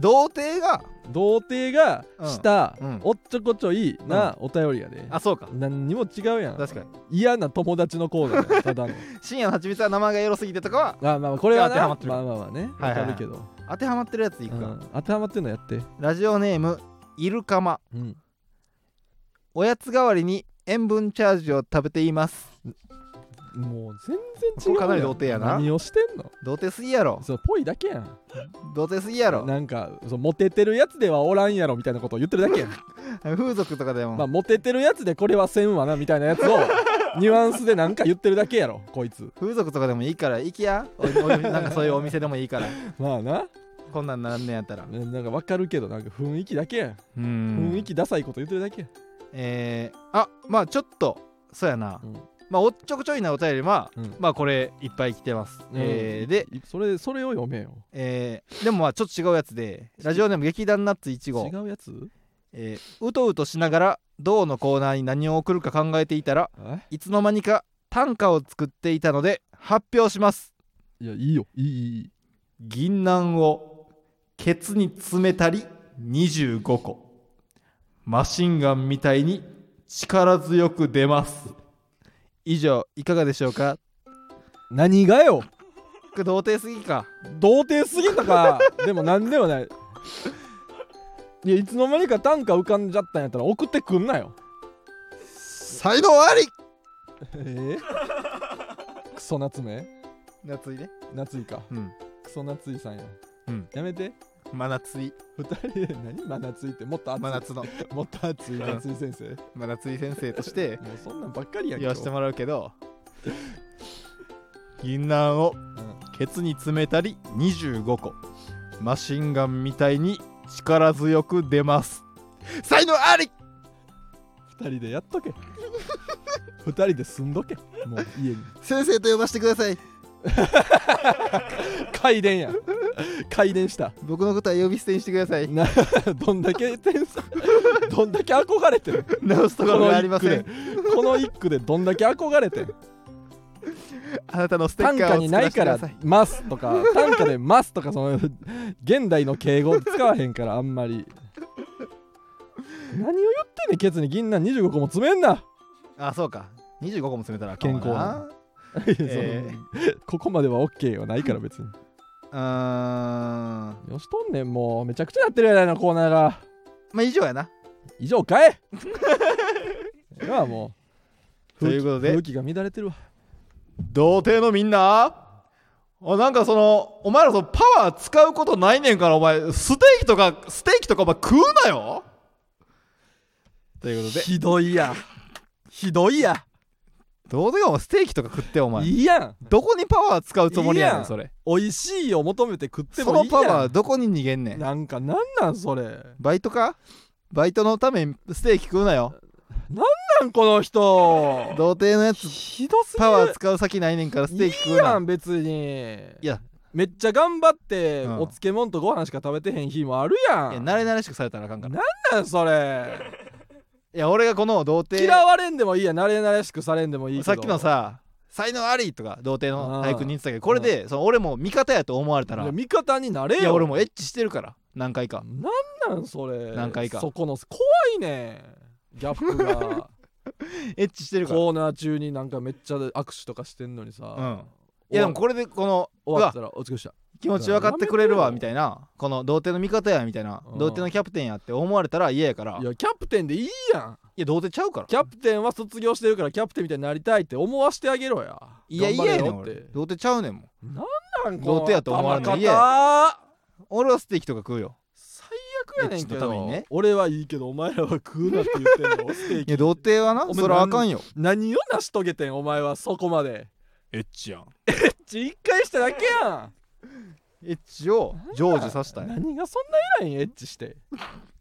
童貞が
童貞がした、
うんうん
おっちょこちょいなお便りやで、
あそうか
何にも違うやん
確かに
嫌な友達のコーナーや ただの
深夜のはちみつは名前がエロすぎてとかは
まあまあこれは
当ては
な
まってる
まあまあまあね
はい
わ
はい
か
はい
るけど、
当てはまってるやついくか、
うん当てはまってんのやって、
ラジオネームイルカマ
うん、
おやつ代わりに塩分チャージを食べています
もう全然違う
ここかなり童貞やな
何をしてんの
童貞すぎやろ
そうぽいだけやん
童貞すぎやろ
なんかそうモテてるやつではおらんやろみたいなことを言ってるだけやん
風俗とかでも、
まあモテてるやつでこれはせんわなみたいなやつ をニュアンスでなんか言ってるだけやろこいつ
風俗とかでもいいから行きやおおなんかそういうお店でもいいから
まあな
ここんなんなんねやったら
ななんかわかるけどなんか雰囲気だけやん、
うん
雰囲気ダサいこと言ってるだけや
えー、あまあちょっとそうやな、
うん
まあおっちょこちょいなお便りは、
うん
まあこれいっぱい来てます、えーで、
いそれそれを読めよ
えーでもまあちょっと違うやつでラジオネーム劇団ナッツ1号
違うやつ
えーうとうとしながら銅のコーナーに何を送るか考えていたら
あ
いつの間にか短歌を作っていたので発表します
いやいいよいいいいいい
銀杏をケツに詰めたり25個マシンガンみたいに力強く出ます以上いかがでしょうか
何がよ
これ童貞すぎか
童貞すぎ たかでも何でもないいやいつの間にか短歌浮かんじゃったんやったら送ってくんなよ
才能あり
えー、クソ夏目
夏いね
夏井か
うん
クソ夏井さんや
うん
やめて
真夏い
二人で何真夏井ってもっと熱い
真夏 の
もっと熱い
ん
夏井先生
真夏い先生として
もうそんなんばっかりやん
言わして
今
もらうけど銀杏を
日うん
ケツに詰めたり25個マシンガンみたいに力強く出ます才能あり
二人でやっとけ二人で住んどけもう 家に
先生と呼ばせてください
回電や回電した
僕のことは呼び捨てにしてください
などんだけ天才どんだけ憧れてる
直すところがありません
この一句でどんだけ憧れてん
あなたのステ
短
ッカ
歌
ーを
に
作ら
な
せ
い
てく
か
だ
ら
さい
「ます」とか短歌で「ます」とかその現代の敬語使わへんからあん まり何を言ってんねんケツに銀杏25個も詰めんな、
あそうか25個も詰めたら
健康
な
な
え
そのここまでは OK はないから別に
うーんま
よしとんねんもうめちゃくちゃやってるやないのコーナーが
あ以上やな
以上かいではもう
ということで
風紀が乱れてるわ
童貞のみんなあなんかそのお前らそのパワー使うことないねんからお前ステーキとかステーキとかお前食うなよということで
ひどいやひどいや
どうでもステーキとか食ってよお前
いいやん
どこにパワー使うつもりや
いい
ね
や
ん
ん
それ
美味しいを求めて食って
そ
も
の
いい
パワ
や
ーどこに逃げんね
ん
ん
なんかなんなんそれ
バイトかバイトのためにステーキ食うなよ
なんこの人
童貞のやつ
ひどすぎ
パワー
る
使う先ないねんからステーキ食
いういや
なん
別に
いや
めっちゃ頑張って、
うん
お漬物とご飯しか食べてへん日もあるやん
いや慣れ慣れしくされたらあかんから
ななんそれ
いや俺がこの童
嫌
貞
われんでもいいや慣れ慣れしくされんでもいいけど
さっきのさ才能ありとか童貞の俳句に言ってたけどこれでその俺も味方やと思われた
い
ら
や
い
味方になれよ
や俺もエッチしてるから何回か
なんなんそれ
何回か
そこの怖いねんギャップ が
エッチしてるから
コーナー中になんかめっちゃ握手とかしてんのにさ、
うんいやでもこれでこのう
終わ
わ
ったらお疲れした
気持ち分かってくれるわ
やめ
み
て
たいなこの童貞の味方やみたいな
うん
童貞のキャプテンやって思われたら嫌やから
い
いや
やキャプテンでいいやん
童貞ちゃうから
キャプテンは卒業してるからキャプテンみたいになりたいって思わしてあげろや
いや
頑張
嫌
れ
やね
よ
ん
って
俺童貞ちゃうねんもん
なんなん
童貞やと思われるの
頭
嫌
固い
俺はステーキとか食うよ
最悪やねんけ
エッチのため
ど、
にね
俺はいいけどお前らは食うなって言ってんのステー
い
キ
や童貞はな
お前
それはあかんよ
何を成し遂げてんお前はそこまで
エッチやん
ち一回しただけやん
エッチを成就させたい
何がそんな偉いんエッチして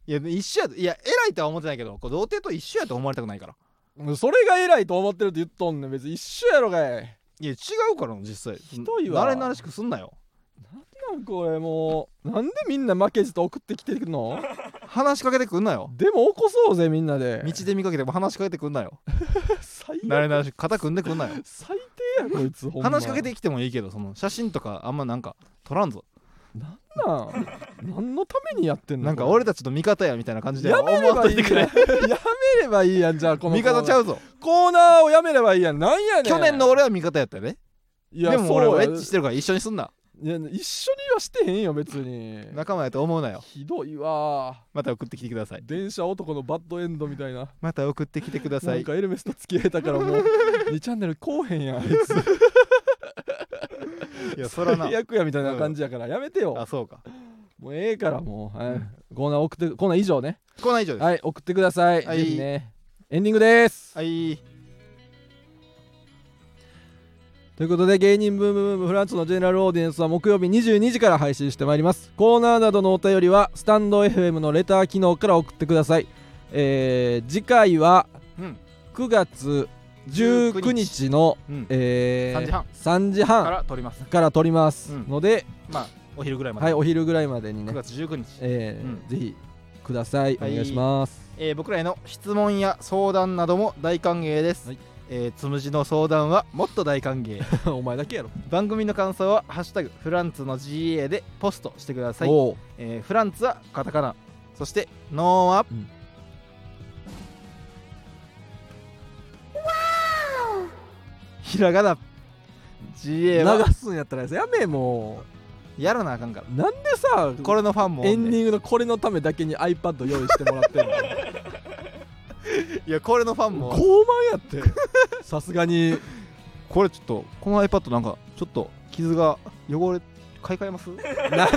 いや一緒やいや偉いとは思ってないけどこう童貞と一緒やと思われたくないから
それが偉いと思ってるって言っとんねん別に一緒やろがい
いや違うから実際ひ
どいわ
慣れ慣れしくすんなよ
なんこれもうなんでみんな負けじと送ってきてるの
話しかけてくんなよ
でも起こそうぜみんなで
道で見かけても話しかけてくんなよ慣れ
最悪
慣れしく肩組んでくんなよ
最低やこいつほんま
話しかけてきてもいいけどその写真とかあんまなんか撮らんぞ
なんなん何のためにやってんの
なんか
これ
俺たちの味方やみたいな感じで
や
思
めれ
わ
ば
んと
い
い
い
て
や
く
んや
れ
めればいいやんじゃあこの
味方ちゃ
う
うぞ
コーナーをやめればいいやんなんやねん
去年の俺は味方やったよね
いや
でも俺はエ
そう
ッチしてるから一緒にすんない
や一緒にはしてへんよ別に
仲間やと思うなよ
ひどいわ
また送ってきてください
電車男のバッドエンドみたいな
また送ってきてくださ
なん
い
かエルメスと付き合えたか らもう2チャンネルこうへんやんあいつ
いやそらな
最悪やみたいな感じやからやめてよ
あそうか
もうええからもう、はい、コーナー送ってコーナー以上ね
コーナー以上です
はい送ってください、
はい
ぜひねエンディングです
はい
ということで芸人ブームブームフランツのジェネラルオーディエンスは木曜日22時から配信してまいりますコーナーなどのお便りはスタンド FM のレター機能から送ってくださいえー次回は
うん
9月19日の
うん
えー
3時半
3時
か
半
ら撮ります
から撮ります
うん
ので、
まあお昼ぐらいま
はい
で
お昼ぐらいまでに
9
ね、
月19日
えー
うん
ぜひくださいお
はい
願いし ます、
えー僕らへの質問や相談なども大歓迎です、
はい
えーつむじの相談はもっと大歓 迎
お前だけやろ、
番組の感想は「ハッシュタグフランツの GA」でポストしてください、
おう
えーフランツはカタカナそしてノーはひらがな GA は
流すんやったらやめも
やらなあかんから
うなんでさ
これのファンもおん
エ
で
ンディングのこれのためだけに iPad 用意してもらってる
いやこれのファン
の
も
傲慢やって さすがに
これちょっとこの iPad なんかちょっと傷が汚れ買い替えますこ
なんで買い替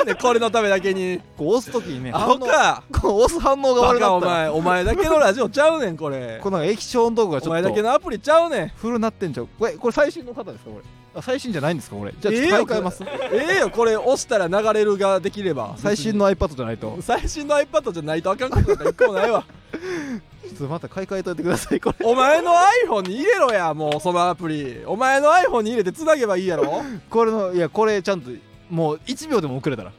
えんねんこれのためだけに
う押す時にね
アホか
こう押す反応が
バ
悪
カ
か
お
ったら
前お前だけのラジオちゃうねんこれ
この液晶のとこがち
お
ょ
前
っ
だけ
と
のアプリちゃうねん
フルなってんじゃんこれこれ最新の方ですかこれあ最新じゃないんですかこれじゃあ
え
ち
え
ょっ
よ
と買い替えます、
ええよこれ押したら流れるができれば
最新
の
の iPad じゃないと
最新の iPad じゃないとあかんことなんか一個もないわ
ちょっとまた買い替えといてくださいこ れ
お前の iPhone に入れろやもうそのアプリお前の iPhone に入れてつなげばいいやろ
これのいやこれちゃんともう1秒でも遅れたら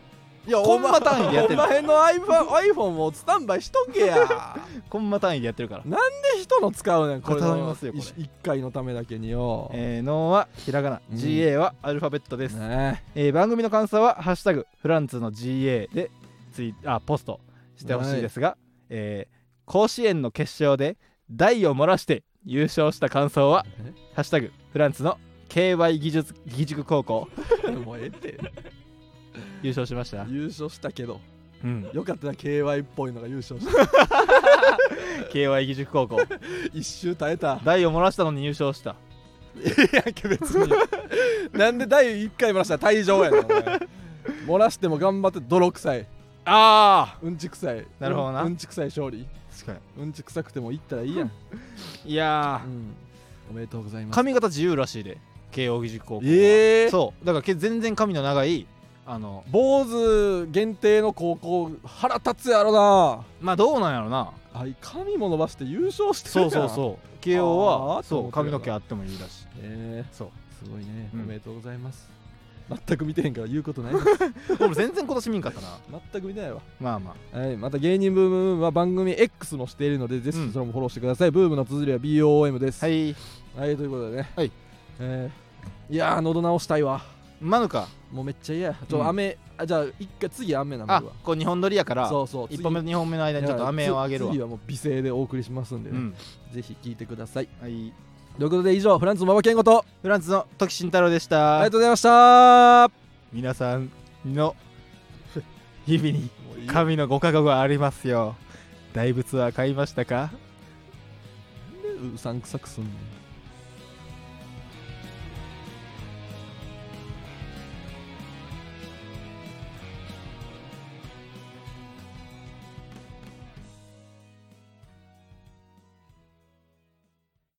いや
コ
お
ン
前
マ単位でやってる
お前の iPhone, iPhone をスタンバイしとけや
コンマ単位でやってるから
で 人の使うねんこれ
頼みますよこれ
1回のためだけによ、
えー、のはひらがな、
うん
GA はアルファベットです、
ね
えー番組の感想は「ハッシュタグフランツの GA で」ツイあポストしてほしいですが、えー甲子園の決勝で台を漏らして優勝した感想は
え
「ハッシュタグフランツの KY 技術義塾高校
え もうええって」
優勝しました、
優勝したけど
うん、
よかったな KY っぽいのが優勝 した
KY 義塾高校
一周耐えた
台を漏らしたのに優勝した
いや別に なんで第1回漏らしたら退場やなお前漏らしても頑張って泥臭い
あ
うんち臭い
なるほどな
うんち臭い勝利
あ確か
うんち臭くても行ったらいいやん、
にいや
う
ー、
ん、おめでとうございます
髪型自由らしいで慶応義塾高校は
ええー、
そうだからけ全然髪の長いあの
坊主限定の高校腹立つやろな
まあどうなんやろな
あい髪も伸ばして優勝してる
そ
や
うんそうそう慶応
あ
は
ーと
そ
思
う
ってる
髪
よな
の毛あってもいいらしい
え
そう
ー、すごいね、
うん
おめでとうございます全く見てへんから言うことないです
俺全然今年見んかったな
全く見てないわ
まあまあ
はい、また芸人ブームブームは番組 X もしているのでぜ
うん
ひそれもフォローしてください、ブームの綴りは BOM です、
はいい
はい、ということでね
はい、
えーいやー喉直したいわ
マヌカ
もうめっちゃ嫌やちょっ
うん
と雨、あじゃあ一回次雨なめ
あ
るわ
こう2本撮りやから
そうそう
1本目と2本目の間にちょっと雨をあげるわ
次はもう美声でお送りしますんで、
う
ね
ん
ぜひ聞いてください
はい
ということで以上フランス馬場健吾と
フランスの時慎太郎でし
あり
た
がとうございました
皆さん の日々に神のご加護がありますよ大仏は買いましたか
うさんくさくすんねん